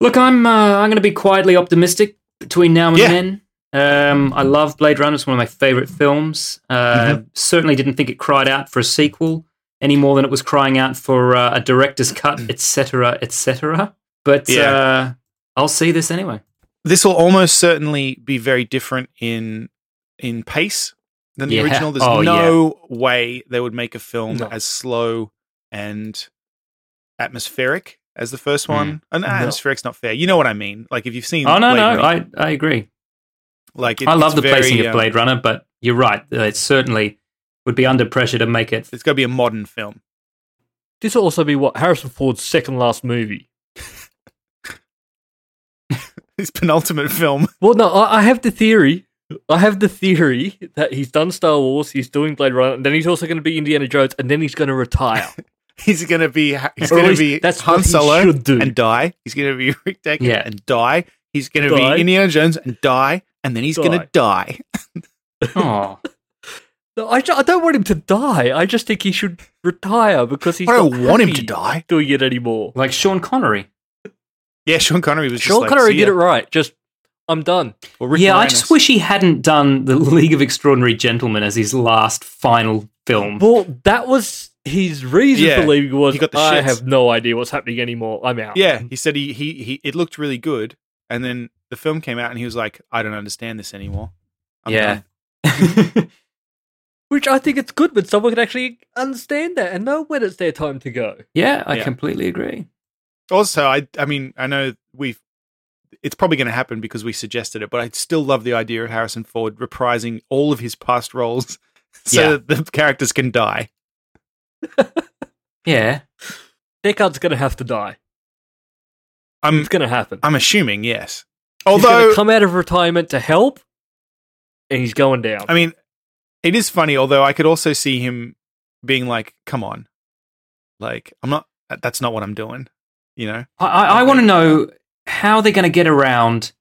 Speaker 5: Look, I'm uh, I'm going to be quietly optimistic between now and
Speaker 6: Yeah.
Speaker 5: then. Um, I love Blade Runner; it's one of my favorite films. Uh,
Speaker 6: Mm-hmm.
Speaker 5: Certainly didn't think it cried out for a sequel any more than it was crying out for uh, a director's cut, etc., etc. But
Speaker 6: Mm. Yeah.
Speaker 5: uh, I'll see this anyway.
Speaker 6: This will almost certainly be very different in in pace than the
Speaker 5: Yeah.
Speaker 6: original. There's
Speaker 5: Oh,
Speaker 6: no way they would make a film
Speaker 3: No.
Speaker 6: as slow and atmospheric as the first one. And ah, atmospheric's not fair. You know what I mean? Like if you've seen
Speaker 5: Hmm. Oh no,
Speaker 6: Blade
Speaker 5: no,
Speaker 6: Runner,
Speaker 5: I, I agree.
Speaker 6: like it-
Speaker 5: I love
Speaker 6: it's
Speaker 5: the placing
Speaker 6: very,
Speaker 5: of
Speaker 6: um,
Speaker 5: Blade Runner, but you're right; Uh, it certainly would be under pressure to make it.
Speaker 6: It's got to be a modern film.
Speaker 3: This will also be what? Harrison Ford's second last movie.
Speaker 6: His penultimate film.
Speaker 3: Well, no, I, I have the theory. I have the theory that he's done Star Wars, he's doing Blade Runner, and then he's also going to be Indiana Jones, and then he's going to retire.
Speaker 6: He's gonna be he's
Speaker 3: Or at
Speaker 6: gonna
Speaker 3: least
Speaker 6: be
Speaker 3: that's
Speaker 6: Han
Speaker 3: what he
Speaker 6: Solo
Speaker 3: should do.
Speaker 6: and die. He's gonna be Rick Deckard
Speaker 5: Yeah.
Speaker 6: and die. He's gonna
Speaker 3: Die.
Speaker 6: be Indiana Jones and die, and then he's gonna die.
Speaker 5: Oh,
Speaker 3: No, I, ju- I don't want him to die. I just think he should retire because he's
Speaker 6: I don't
Speaker 3: not
Speaker 6: want him
Speaker 3: happy
Speaker 6: to die.
Speaker 3: doing it anymore.
Speaker 5: Like Sean Connery.
Speaker 6: Yeah, Sean Connery was just
Speaker 3: Sean
Speaker 6: like,
Speaker 3: Connery
Speaker 6: "See
Speaker 3: did
Speaker 6: ya."
Speaker 3: it right. Just I'm done.
Speaker 6: Or Rick
Speaker 5: yeah, I
Speaker 6: Moranis.
Speaker 5: just wish he hadn't done The League of Extraordinary Gentlemen as his last final film.
Speaker 3: Well, that was his reason
Speaker 6: Yeah,
Speaker 3: for leaving. Was
Speaker 6: he got the
Speaker 3: I
Speaker 6: shits."
Speaker 3: have no idea what's happening anymore. I'm out.
Speaker 6: Yeah, he said he, he he it looked really good, and then the film came out, and he was like, "I don't understand this anymore." I'm
Speaker 5: Yeah.
Speaker 6: done."
Speaker 3: which I think it's good when someone can actually understand that and know when it's their time to go.
Speaker 5: yeah, I
Speaker 6: Yeah.
Speaker 5: completely agree.
Speaker 6: Also, I I mean, I know we've it's probably going to happen because we suggested it, but I still love the idea of Harrison Ford reprising all of his past roles so
Speaker 5: Yeah.
Speaker 6: that the characters can die.
Speaker 5: Yeah.
Speaker 3: Deckard's gonna have to die.
Speaker 6: I'm
Speaker 3: It's gonna happen.
Speaker 6: I'm assuming yes.
Speaker 3: He's gonna
Speaker 6: Um, Although
Speaker 3: come out of retirement to help, and he's going down.
Speaker 6: I mean, it is funny. Although I could also see him being like, "Come on, like I'm not. That's not what I'm doing." You know?
Speaker 5: I, I, I want to know how they're going to get around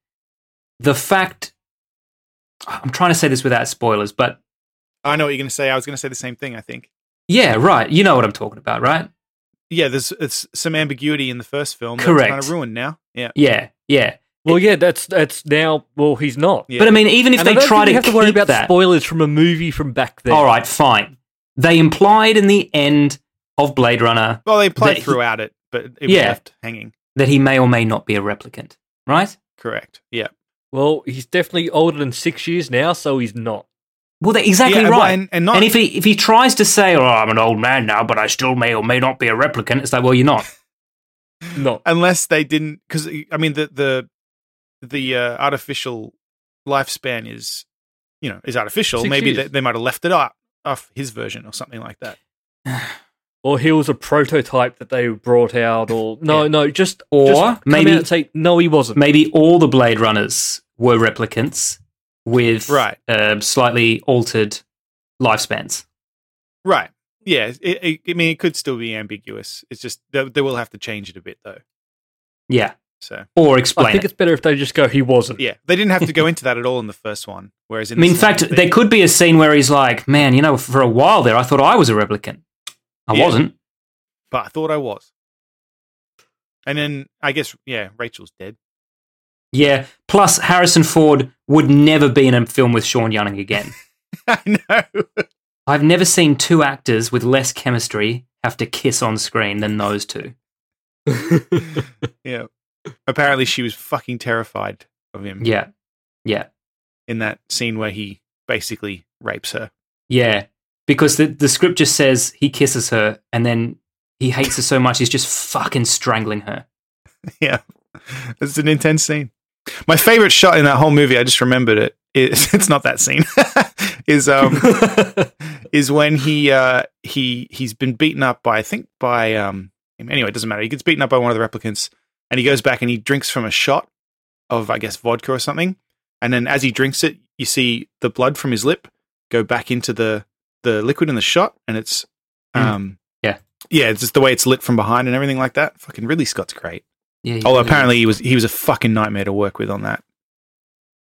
Speaker 5: the fact. I'm trying to say this without spoilers, but
Speaker 6: I know what you're going to say. I was going to say the same thing. I think.
Speaker 5: yeah, right. You know what I'm talking about, right?
Speaker 6: Yeah, there's it's some ambiguity in the first film.
Speaker 5: Correct.
Speaker 6: Kind of ruined now. Yeah.
Speaker 5: Yeah, yeah.
Speaker 3: well, yeah, that's that's now. Well, he's not.
Speaker 6: Yeah.
Speaker 5: But I mean, even if
Speaker 3: And I
Speaker 5: they
Speaker 3: don't think
Speaker 5: try to
Speaker 3: you have to worry
Speaker 5: keep
Speaker 3: about
Speaker 5: that,
Speaker 3: spoilers from a movie from back then.
Speaker 5: all right, fine. They implied in the end of Blade Runner
Speaker 6: Well, they played
Speaker 5: That he-
Speaker 6: throughout it, but it was
Speaker 5: Yeah.
Speaker 6: left hanging.
Speaker 5: that he may or may not be a replicant, right?
Speaker 6: Correct. Yeah.
Speaker 3: Well, he's definitely older than six years now, so he's not.
Speaker 5: Well, they're exactly
Speaker 6: Yeah, and-
Speaker 5: right.
Speaker 6: and- and not-
Speaker 5: if he if he tries to say, "Oh, I'm an old man now, but I still may or may not be a replicant," it's like, well, you're not.
Speaker 3: Not.
Speaker 6: Unless they didn't, because I mean the the the uh, artificial lifespan is, you know, is artificial.
Speaker 3: Six
Speaker 6: Maybe
Speaker 3: years.
Speaker 6: they, they might have left it up off his version or something like that.
Speaker 3: Or he was a prototype that they brought out, or no, no, just
Speaker 5: Or
Speaker 3: just come
Speaker 5: maybe-
Speaker 3: out and say no, he wasn't.
Speaker 5: Maybe all the Blade Runners were replicants with
Speaker 6: Right.
Speaker 5: uh, slightly altered lifespans.
Speaker 6: Right. Yeah. It, it, I mean, it could still be ambiguous. It's just they, they will have to change it a bit though.
Speaker 5: Yeah,
Speaker 6: So
Speaker 5: or
Speaker 3: I
Speaker 5: explain
Speaker 3: think
Speaker 5: it.
Speaker 3: it's better if they just go he wasn't.
Speaker 6: yeah, they didn't have to go into that at all in the first one. Whereas
Speaker 5: I
Speaker 6: in,
Speaker 5: mean, in
Speaker 6: this one,
Speaker 5: fact,
Speaker 6: they-
Speaker 5: there could be a scene where he's like, "Man, you know, for a while there, I thought I was a replicant. I
Speaker 6: Yeah.
Speaker 5: wasn't."
Speaker 6: but I thought I was. And then I guess yeah, Rachel's dead.
Speaker 5: Yeah. Plus, Harrison Ford would never be in a film with Sean Young again.
Speaker 6: I know.
Speaker 5: I've never seen two actors with less chemistry have to kiss on screen than those two.
Speaker 6: yeah. Apparently, she was fucking terrified of him
Speaker 5: Yeah. Yeah.
Speaker 6: in that scene where he basically rapes her.
Speaker 5: Yeah. Because the, the script just says he kisses her and then he hates her so much he's just fucking strangling her.
Speaker 6: yeah, it's an intense scene. My favorite shot in that whole movie, I just remembered it. Is, it's not that scene. is um is when he uh he he's been beaten up by I think by um anyway it doesn't matter. He gets beaten up by one of the replicants, and he goes back and he drinks from a shot of I guess vodka or something, and then as he drinks it, you see the blood from his lip go back into the the liquid in the shot, and it's
Speaker 5: Mm.
Speaker 6: um
Speaker 5: Yeah.
Speaker 6: yeah it's just the way it's lit from behind and everything like that. Fucking Ridley Scott's great.
Speaker 5: Yeah. he really-
Speaker 6: Although Oh, apparently he was he was a fucking nightmare to work with on that,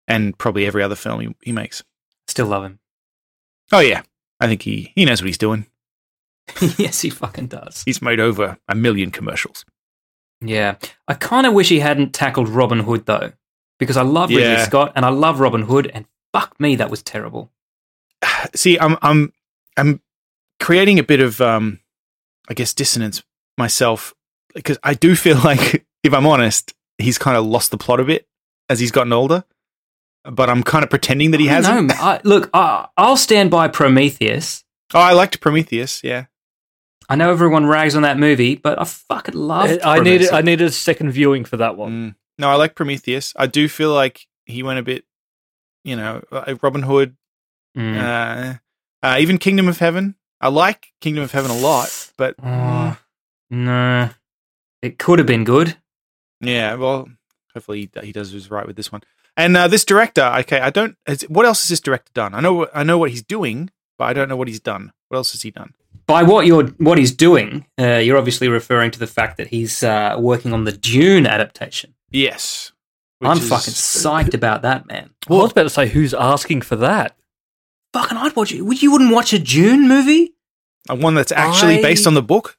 Speaker 6: and probably every other film he, he makes.
Speaker 5: Still love him.
Speaker 6: Oh yeah, I think he he knows what he's doing.
Speaker 5: yes, he fucking does.
Speaker 6: He's made over a million commercials.
Speaker 5: Yeah. I kind of wish he hadn't tackled Robin Hood though, because I love Ridley
Speaker 6: Yeah.
Speaker 5: Scott and I love Robin Hood and fuck me, that was terrible.
Speaker 6: See, I'm I'm I'm creating a bit of um, I guess dissonance myself because I do feel like if I'm honest, he's kind of lost the plot a bit as he's gotten older. But I'm kind of pretending that he
Speaker 5: I don't
Speaker 6: hasn't.
Speaker 5: know, man. I, look, I, I'll stand by Prometheus.
Speaker 6: Oh, I liked Prometheus. Yeah,
Speaker 5: I know everyone rags on that movie, but I fucking love
Speaker 3: I,
Speaker 5: it.
Speaker 3: I needed I needed a second viewing for that one.
Speaker 6: Mm. No, I like Prometheus. I do feel like he went a bit, you know, like Robin Hood,
Speaker 5: Mm.
Speaker 6: uh, uh, even Kingdom of Heaven. I like Kingdom of Heaven a lot, but
Speaker 5: Oh. no. It could have been good.
Speaker 6: yeah, well, hopefully he, he does his right with this one. And uh, this director, okay, I don't. Is, what else has this director done? I know, what- I know what he's doing, but I don't know what he's done. What else has he done?
Speaker 5: By what you're what he's doing, uh, you're obviously referring to the fact that he's uh, working on the Dune adaptation.
Speaker 6: Yes, which
Speaker 5: I'm
Speaker 6: is-
Speaker 5: fucking psyched about that, man.
Speaker 3: Well, I was about to say who's asking for that.
Speaker 5: fucking, I'd watch it. Would- You wouldn't watch a June movie?
Speaker 6: Uh, One that's actually
Speaker 5: I-
Speaker 6: based on the book.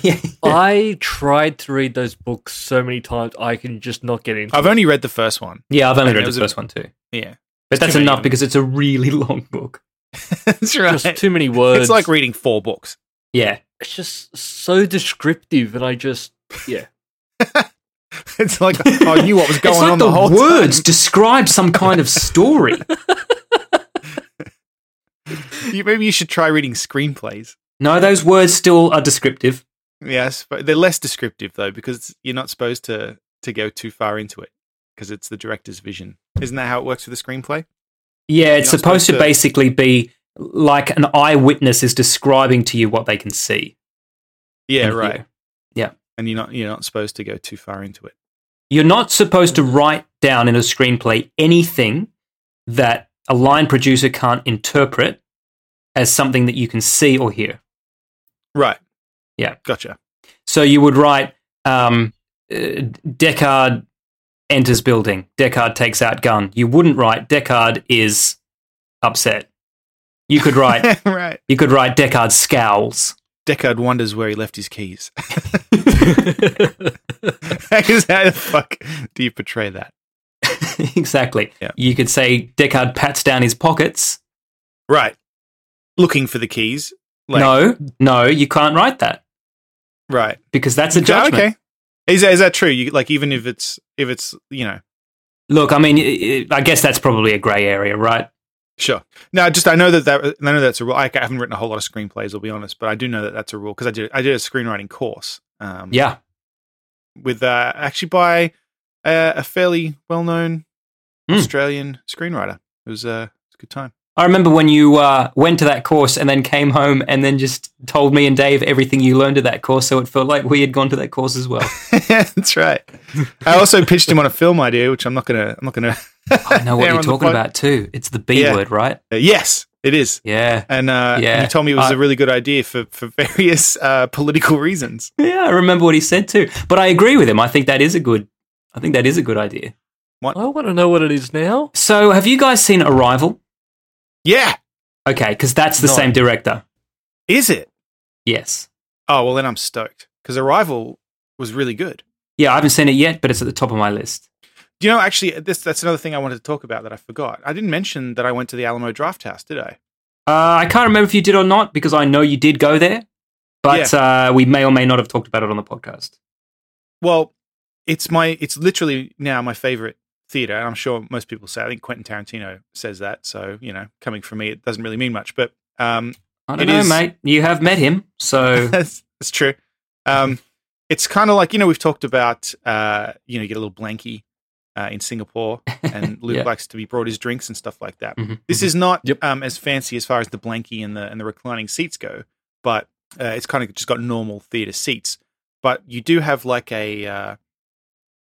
Speaker 5: yeah.
Speaker 3: I tried to read those books so many times, I can just not get into.
Speaker 6: I've only read the first one.
Speaker 5: Yeah, I've only
Speaker 6: And
Speaker 5: read
Speaker 6: it
Speaker 5: the
Speaker 6: was a-
Speaker 5: first one too.
Speaker 6: Yeah,
Speaker 5: But that's
Speaker 6: too many.
Speaker 5: enough because it's a really long book.
Speaker 6: that's
Speaker 3: it.
Speaker 6: right.
Speaker 3: Just too many words.
Speaker 6: It's like reading four books.
Speaker 5: Yeah.
Speaker 3: it's just so descriptive, and I just yeah.
Speaker 6: It's like I knew what was going
Speaker 5: it's like
Speaker 6: on
Speaker 5: the,
Speaker 6: the, whole
Speaker 5: words describe some kind of story.
Speaker 6: time. You, maybe you should try reading screenplays.
Speaker 5: no, those words still are descriptive.
Speaker 6: Yes, but they're less descriptive though because you're not supposed to to go too far into it because it's the director's vision. Isn't that how it works with a screenplay?
Speaker 5: Yeah, it's supposed to
Speaker 6: You're not supposed to-
Speaker 5: basically be like an eyewitness is describing to you what they can see.
Speaker 6: Yeah,
Speaker 5: and
Speaker 6: right.
Speaker 5: hear. Yeah.
Speaker 6: And you're not you're not supposed to go too far into it.
Speaker 5: You're not supposed to write down in a screenplay anything that a line producer can't interpret as something that you can see or hear.
Speaker 6: Right.
Speaker 5: Yeah.
Speaker 6: Gotcha.
Speaker 5: So you would write um, uh, Deckard enters building, Deckard takes out gun. You wouldn't write Deckard is upset. You could write
Speaker 6: right.
Speaker 5: you could write Deckard scowls.
Speaker 6: Deckard wonders where he left his keys. Because how the fuck do you portray that?
Speaker 5: exactly.
Speaker 6: Yeah.
Speaker 5: You could say Deckard pats down his pockets.
Speaker 6: Right. Looking for the keys.
Speaker 5: no, no, you can't write that
Speaker 6: Right.
Speaker 5: because that's a judgment.
Speaker 6: Okay. Is that, is that true? You, like even if it's if it's you know
Speaker 5: Look, I mean, i- i I guess that's probably a grey area, right?
Speaker 6: Sure. No, just I know that that I know that's a rule. I haven't written a whole lot of screenplays, I'll be honest, but I do know that that's a rule because I did I did a screenwriting course. Um,
Speaker 5: Yeah.
Speaker 6: With uh, actually by uh, a fairly well known
Speaker 5: Hmm.
Speaker 6: Australian screenwriter. It was, uh, it was a good time.
Speaker 5: I remember when you uh, went to that course and then came home and then just told me and Dave everything you learned at that course, so it felt like we had gone to that course as well.
Speaker 6: that's right. I also pitched him on a film idea, which I'm not gonna I'm not gonna.
Speaker 5: I know what
Speaker 6: Yeah,
Speaker 5: you're
Speaker 6: on the
Speaker 5: talking
Speaker 6: pod-
Speaker 5: about too. It's the B
Speaker 6: Yeah.
Speaker 5: word, right?
Speaker 6: Uh, yes, it is.
Speaker 5: Yeah.
Speaker 6: And uh,
Speaker 5: Yeah.
Speaker 6: he told me it was
Speaker 5: I-
Speaker 6: a really good idea for for various uh, political reasons.
Speaker 5: Yeah, I remember what he said too. But I agree with him. I think that is a good I think that is a good idea.
Speaker 3: I want to know what it is now.
Speaker 5: So, have you guys seen Arrival?
Speaker 6: Yeah,
Speaker 5: Okay, cuz that's the
Speaker 3: No.
Speaker 5: same director.
Speaker 6: is it?
Speaker 5: Yes.
Speaker 6: Oh well, then I'm stoked because Arrival was really good.
Speaker 5: Yeah, I haven't seen it yet, but it's at the top of my list.
Speaker 6: Do you know actually uh, this that's another thing I wanted to talk about that I forgot. I didn't mention that I went to the Alamo Draft House, did I?
Speaker 5: Uh, I can't remember if you did or not because I know you did go there, but uh, we may or may not have talked about it on the podcast.
Speaker 6: Well, it's my it's literally now my favorite theater, and I'm sure most people say. I think Quentin Tarantino says that, so you know, coming from me, it doesn't really mean much, but um,
Speaker 5: I don't
Speaker 6: It
Speaker 5: know,
Speaker 6: is-
Speaker 5: mate. You have met him, so
Speaker 6: that's, that's true. Um, it's kind of like you know we've talked about uh, you know you get a little blankie uh, in Singapore, and Luke
Speaker 5: Yeah.
Speaker 6: likes to be brought his drinks and stuff like that.
Speaker 5: Mhm.
Speaker 6: This is not
Speaker 3: Mm-hmm. Yep.
Speaker 6: um, as fancy as far as the blankie and the and the reclining seats go, but uh, it's kind of just got normal theater seats. But you do have like a, uh,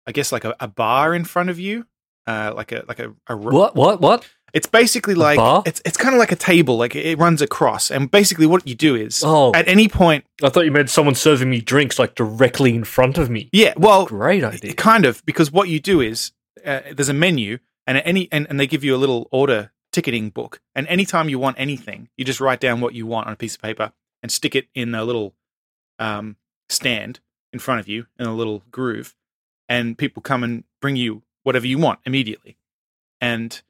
Speaker 6: I guess like a, a bar in front of you, uh, like a like a, a r-
Speaker 3: What? What? What?
Speaker 6: It's basically like
Speaker 3: bar?
Speaker 6: it's it's kind of like a table, like it, it runs across, and basically what you do is
Speaker 3: Oh,
Speaker 6: at any point,
Speaker 3: I thought you meant someone serving me drinks like directly in front of me.
Speaker 6: yeah, well,
Speaker 3: Great idea.
Speaker 6: Kind of, because what you do is uh, there's a menu, and at any and, and they give you a little order ticketing book, and anytime you want anything, you just write down what you want on a piece of paper and stick it in a little um, stand in front of you in a little groove, and people come and bring you whatever you want immediately, and.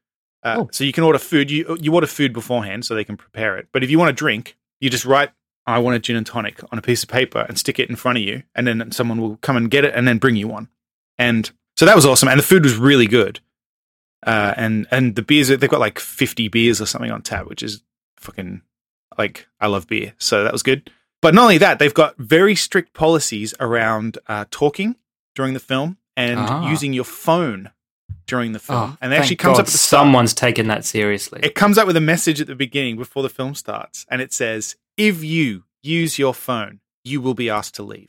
Speaker 6: Uh,
Speaker 3: Oh.
Speaker 6: So you can order food. You you order food beforehand, so they can prepare it. But if you want a drink, you just write "I want a gin and tonic" on a piece of paper and stick it in front of you, and then someone will come and get it and then bring you one and so that was awesome. And the food was really good. Uh, and and the beers they've got like fifty beers or something on tap, which is fucking like I love beer, so that was good. But not only that, they've got very strict policies around uh, talking during the film and
Speaker 5: Ah.
Speaker 6: using your phone during the film.
Speaker 5: Oh,
Speaker 6: and it actually
Speaker 5: thank
Speaker 6: comes
Speaker 5: God
Speaker 6: up at the start.
Speaker 5: someone's taken that seriously.
Speaker 6: It comes up with a message at the beginning before the film starts, and it says, "If you use your phone, you will be asked to leave."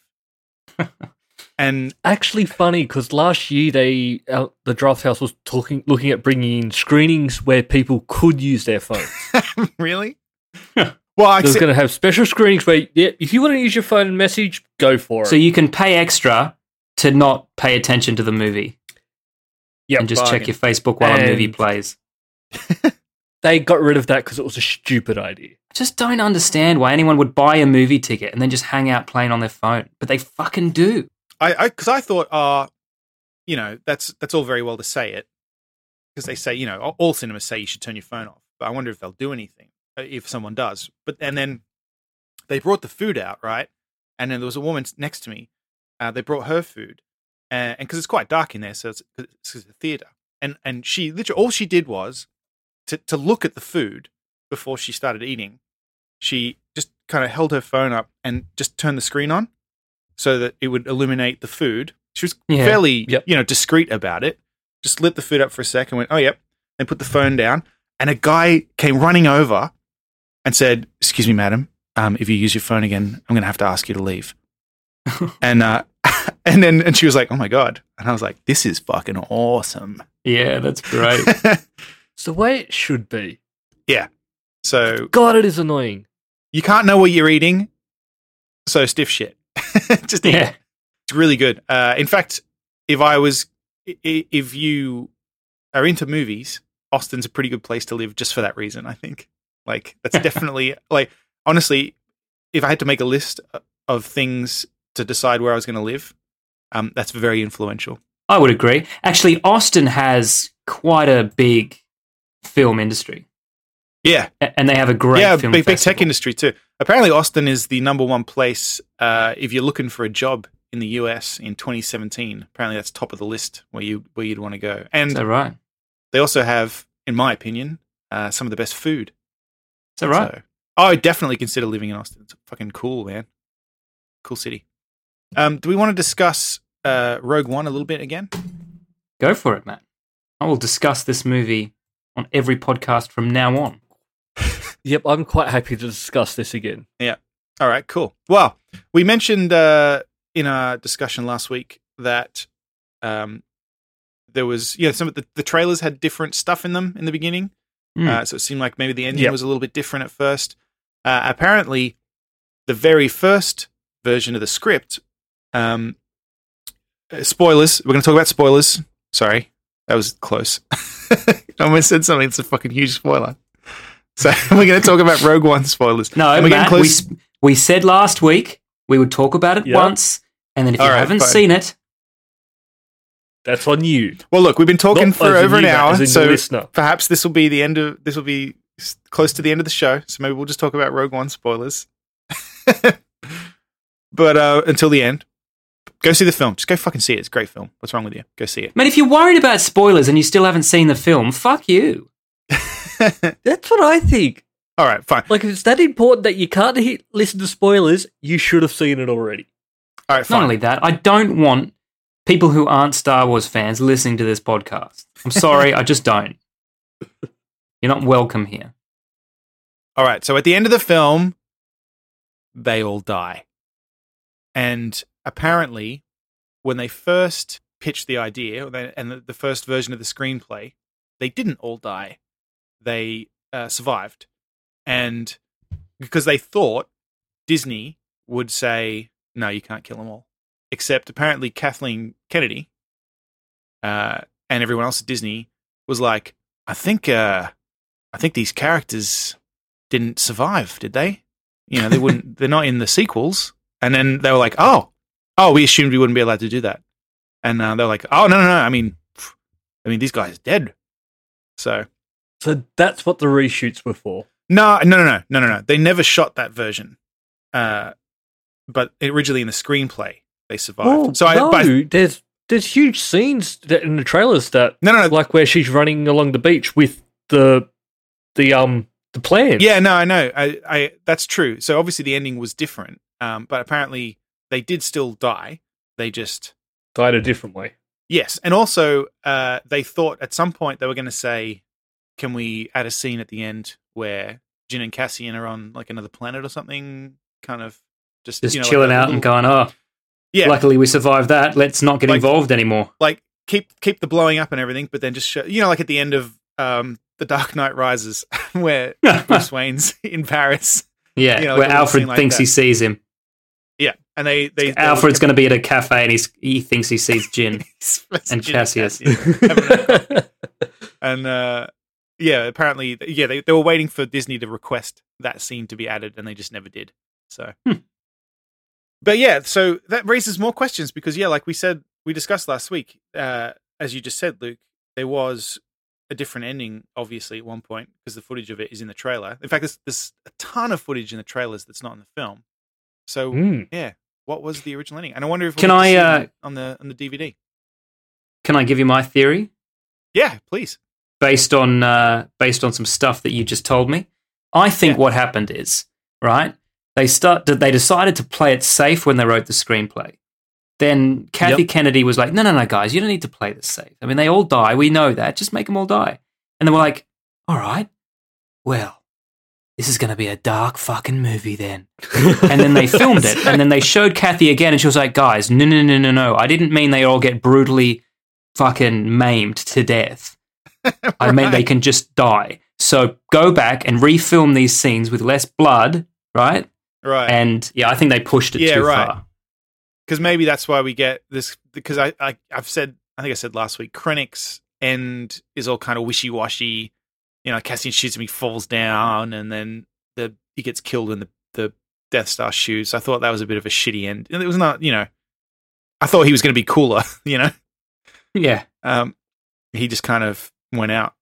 Speaker 6: and
Speaker 3: Actually, funny because last year they uh, the draft house was talking, looking at bringing in screenings where people could use their phone.
Speaker 6: really, well, I
Speaker 3: they was
Speaker 6: see-
Speaker 3: going to have special screenings where, yeah, if you want to use your phone and message, go for it.
Speaker 5: so you can pay extra to not pay attention to the movie
Speaker 3: yeah,
Speaker 5: and just check
Speaker 3: bargain.
Speaker 5: your Facebook while a movie
Speaker 3: And-
Speaker 5: plays.
Speaker 3: They got rid of that because it was a stupid idea.
Speaker 5: I just don't understand why anyone would buy a movie ticket and then just hang out playing on their phone, but they fucking do.
Speaker 6: I because I, thought, uh, you know, that's that's all very well to say it because they say, you know, all- all cinemas say you should turn your phone off. But I wonder if they'll do anything uh, if someone does. But and then they brought the food out, right? And then there was a woman next to me. Uh, they brought her food, uh, and because it's quite dark in there, so it's, 'cause it's 'cause it's a theater. And and she literally all she did was to to look at the food before she started eating. She just kind of held her phone up and just turned the screen on so that it would illuminate the food. She was
Speaker 5: Yeah.
Speaker 6: fairly,
Speaker 3: Yep.
Speaker 6: you know, discreet about it. Just lit the food up for a second, went, oh, yep, and put the phone down. And a guy came running over and said, excuse me, madam, um, if you use your phone again, I'm going to have to ask you to leave. and, uh, and then and she was like, oh my God. And I was like, this is fucking awesome.
Speaker 5: Yeah, that's great.
Speaker 3: It's the way it should be.
Speaker 6: so
Speaker 3: God, it is annoying.
Speaker 6: you can't know what you're eating. So stiff shit. Just eat.
Speaker 5: yeah.
Speaker 6: It's really good. Uh, in fact, if I was, i- i- if you are into movies, Austin's a pretty good place to live just for that reason. I think. Like that's definitely like honestly, if I had to make a list uh, of things to decide where I was going to live, um, that's very influential.
Speaker 5: I would agree. Actually, Austin has quite a big film industry,
Speaker 6: Yeah,
Speaker 5: a- and they have a great
Speaker 6: yeah,
Speaker 5: film
Speaker 6: big, big
Speaker 5: festival.
Speaker 6: tech industry too. Apparently, Austin is the number one place uh, if you're looking for a job in the US in 2017. Apparently, that's top of the list where you where you'd want to go. And
Speaker 5: Is that right? Is
Speaker 6: they also have, in my opinion, uh, some of the best food.
Speaker 5: that right?
Speaker 6: So I would definitely consider living in Austin. It's fucking cool, man. Cool city. Um, do we want to discuss uh, Rogue One a little bit again?
Speaker 5: Go for it, Matt. I will discuss this movie on every podcast from now on.
Speaker 3: Yep, I'm quite happy to discuss this again.
Speaker 6: All right, cool. Well, we mentioned uh, in our discussion last week that um, there was, yeah, some of the, the trailers had different stuff in them in the beginning.
Speaker 5: Hmm.
Speaker 6: Uh, so it seemed like maybe the engine
Speaker 3: Yep.
Speaker 6: was a little bit different at first. Uh, apparently, the very first version of the script, um, uh, spoilers, we're going to talk about spoilers. Sorry, that was close. I almost said something. It's a fucking huge spoiler. So we're going to talk about Rogue One spoilers.
Speaker 5: No, Matt,
Speaker 6: And we're
Speaker 5: we,
Speaker 6: getting close.
Speaker 5: s- we said last week we would talk about it
Speaker 3: Yeah.
Speaker 5: once, and then if
Speaker 6: All
Speaker 5: you
Speaker 6: right,
Speaker 5: haven't
Speaker 6: fine.
Speaker 5: seen it,
Speaker 3: That's on you.
Speaker 6: Well, look, we've been talking
Speaker 3: Not
Speaker 6: for
Speaker 3: as a
Speaker 6: over an
Speaker 3: viewer, as
Speaker 6: hour,
Speaker 3: a
Speaker 6: so
Speaker 3: listener.
Speaker 6: perhaps this will be the end of this will be s- close to the end of the show. So maybe we'll just talk about Rogue One spoilers. but uh, until the end, go see the film. Just go fucking see it. It's a great film. What's wrong with you? Go see
Speaker 5: man, if you're worried about spoilers and you still haven't seen the film, fuck you.
Speaker 6: it.
Speaker 3: That's what I think.
Speaker 6: All right, fine.
Speaker 3: Like, if it's that important that you can't he- listen to spoilers, you should have seen it already.
Speaker 6: All right,
Speaker 5: Not
Speaker 6: fine.
Speaker 5: only that, I don't want people who aren't Star Wars fans listening to this podcast. I'm sorry, I just don't. You're not welcome here.
Speaker 6: All right. So at the end of the film, they all die. And apparently, when they first pitched the idea or they- and the- the first version of the screenplay, they didn't all die. They uh, survived. And because they thought Disney would say, no, you can't kill them all. Except apparently, Kathleen Kennedy uh, and everyone else at Disney was like, I think, uh, I think these characters didn't survive, did they? You know, they wouldn't. they're not in the sequels. And then they were like, oh, oh, we assumed we wouldn't be allowed to do that. And uh, they're like, oh no, no, no. I mean, pff, I mean, these guys are dead. So
Speaker 3: So that's what the reshoots were for.
Speaker 6: no, no, no, no, no, no, no. They never shot that version. Uh, but originally in the screenplay, they survived.
Speaker 3: Well,
Speaker 6: so I,
Speaker 3: Oh, no,
Speaker 6: but I-
Speaker 3: there's there's huge scenes that in the trailers that
Speaker 6: no, no, no.
Speaker 3: like where she's running along the beach with the the um the plans.
Speaker 6: Yeah, no, I know. I, I that's true. So obviously the ending was different. Um, but apparently they did still die. They just
Speaker 3: died a different way.
Speaker 6: Yes, and also uh, they thought at some point they were going to say, "Can we add a scene at the end where Jin and Cassian are on like another planet or something?" Kind of just
Speaker 5: Just
Speaker 6: you know, like
Speaker 5: chilling
Speaker 6: a
Speaker 5: out
Speaker 6: little-
Speaker 5: and going, oh,
Speaker 6: yeah, like,
Speaker 5: luckily we survived that. Let's not get
Speaker 6: Like-
Speaker 5: involved anymore.
Speaker 6: keep keep the blowing up and everything, but then just show, you know, like at the end of um, the Dark Knight Rises, where Bruce Wayne's in Paris,
Speaker 5: Yeah,
Speaker 6: You know, like a
Speaker 5: where
Speaker 6: little
Speaker 5: Alfred
Speaker 6: scene like
Speaker 5: thinks he
Speaker 6: that.
Speaker 5: sees him.
Speaker 6: and they they
Speaker 5: Alfred's going to be at a
Speaker 6: uh,
Speaker 5: cafe and he's, he thinks he sees Jin.
Speaker 6: to
Speaker 5: and Cassius.
Speaker 6: and uh, yeah, apparently, yeah, they, they were waiting for Disney to request that scene to be added, and they just never did. So,
Speaker 5: Hmm.
Speaker 6: but yeah, so that raises more questions because yeah, like we said, we discussed last week, uh, as you just said, Luke, there was a different ending, obviously, at one point because the footage of it is in the trailer. In fact, there's, there's a ton of footage in the trailers that's not in the film. So,
Speaker 3: Hmm.
Speaker 6: what was the original ending? And I wonder if we
Speaker 5: Can
Speaker 6: get to
Speaker 5: I,
Speaker 6: see it
Speaker 5: uh,
Speaker 6: on the on the DVD?
Speaker 5: Can I give you my theory
Speaker 6: Yeah, please.
Speaker 5: based on uh, based on some stuff that you just told me? I think what happened is right. They start. They decided to play it safe when they wrote the screenplay. Then Kathy Kennedy was like, "No, no, no, guys, you don't need to play this safe. I mean, they all die. We know that. Just make them all die." And they were like, "All right, well, this is going to be a dark fucking movie then." and then they filmed it, and then they showed Kathy again, and she was like, "Guys, no, no, no, no, no. I didn't mean they all get brutally fucking maimed to death. I meant they can just die. So go back and refilm these scenes with less blood, right?
Speaker 6: Right.
Speaker 5: And yeah, I think they pushed it
Speaker 6: Yeah,
Speaker 5: too
Speaker 6: right.
Speaker 5: far.
Speaker 6: because maybe that's why we get this. Because I, I, I've said, I think I said last week, Krennic's end is all kind of wishy washy. You know, Cassian shoots him, he falls down, and then the he gets killed, and the the Death Star shoots. I thought that was a bit of a shitty end, and it was not. You know, I thought he was going to be cooler. You know,
Speaker 5: Yeah,
Speaker 6: um, he just kind of went out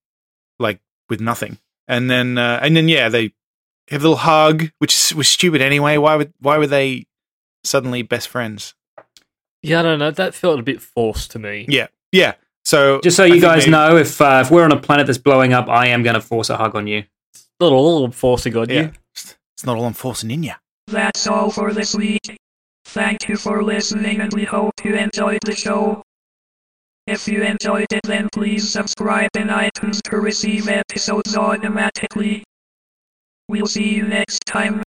Speaker 6: like with nothing, and then uh, and then yeah, they have a little hug, which is- was stupid anyway. Why would why were they suddenly best friends?
Speaker 3: yeah, I don't know. That felt a bit forced to me.
Speaker 6: Yeah, yeah. So
Speaker 5: just so
Speaker 6: I
Speaker 5: you
Speaker 6: think
Speaker 5: guys
Speaker 6: maybe-
Speaker 5: know, if uh, if we're on a planet that's blowing up, I am going to force a hug on you.
Speaker 3: Not all of them forcing on
Speaker 6: yeah,
Speaker 3: you.
Speaker 6: it's not all I'm forcing in you.
Speaker 7: That's all for this week. Thank you for listening and we hope you enjoyed the show. If you enjoyed it then please subscribe in iTunes to receive episodes automatically. We'll see you next time.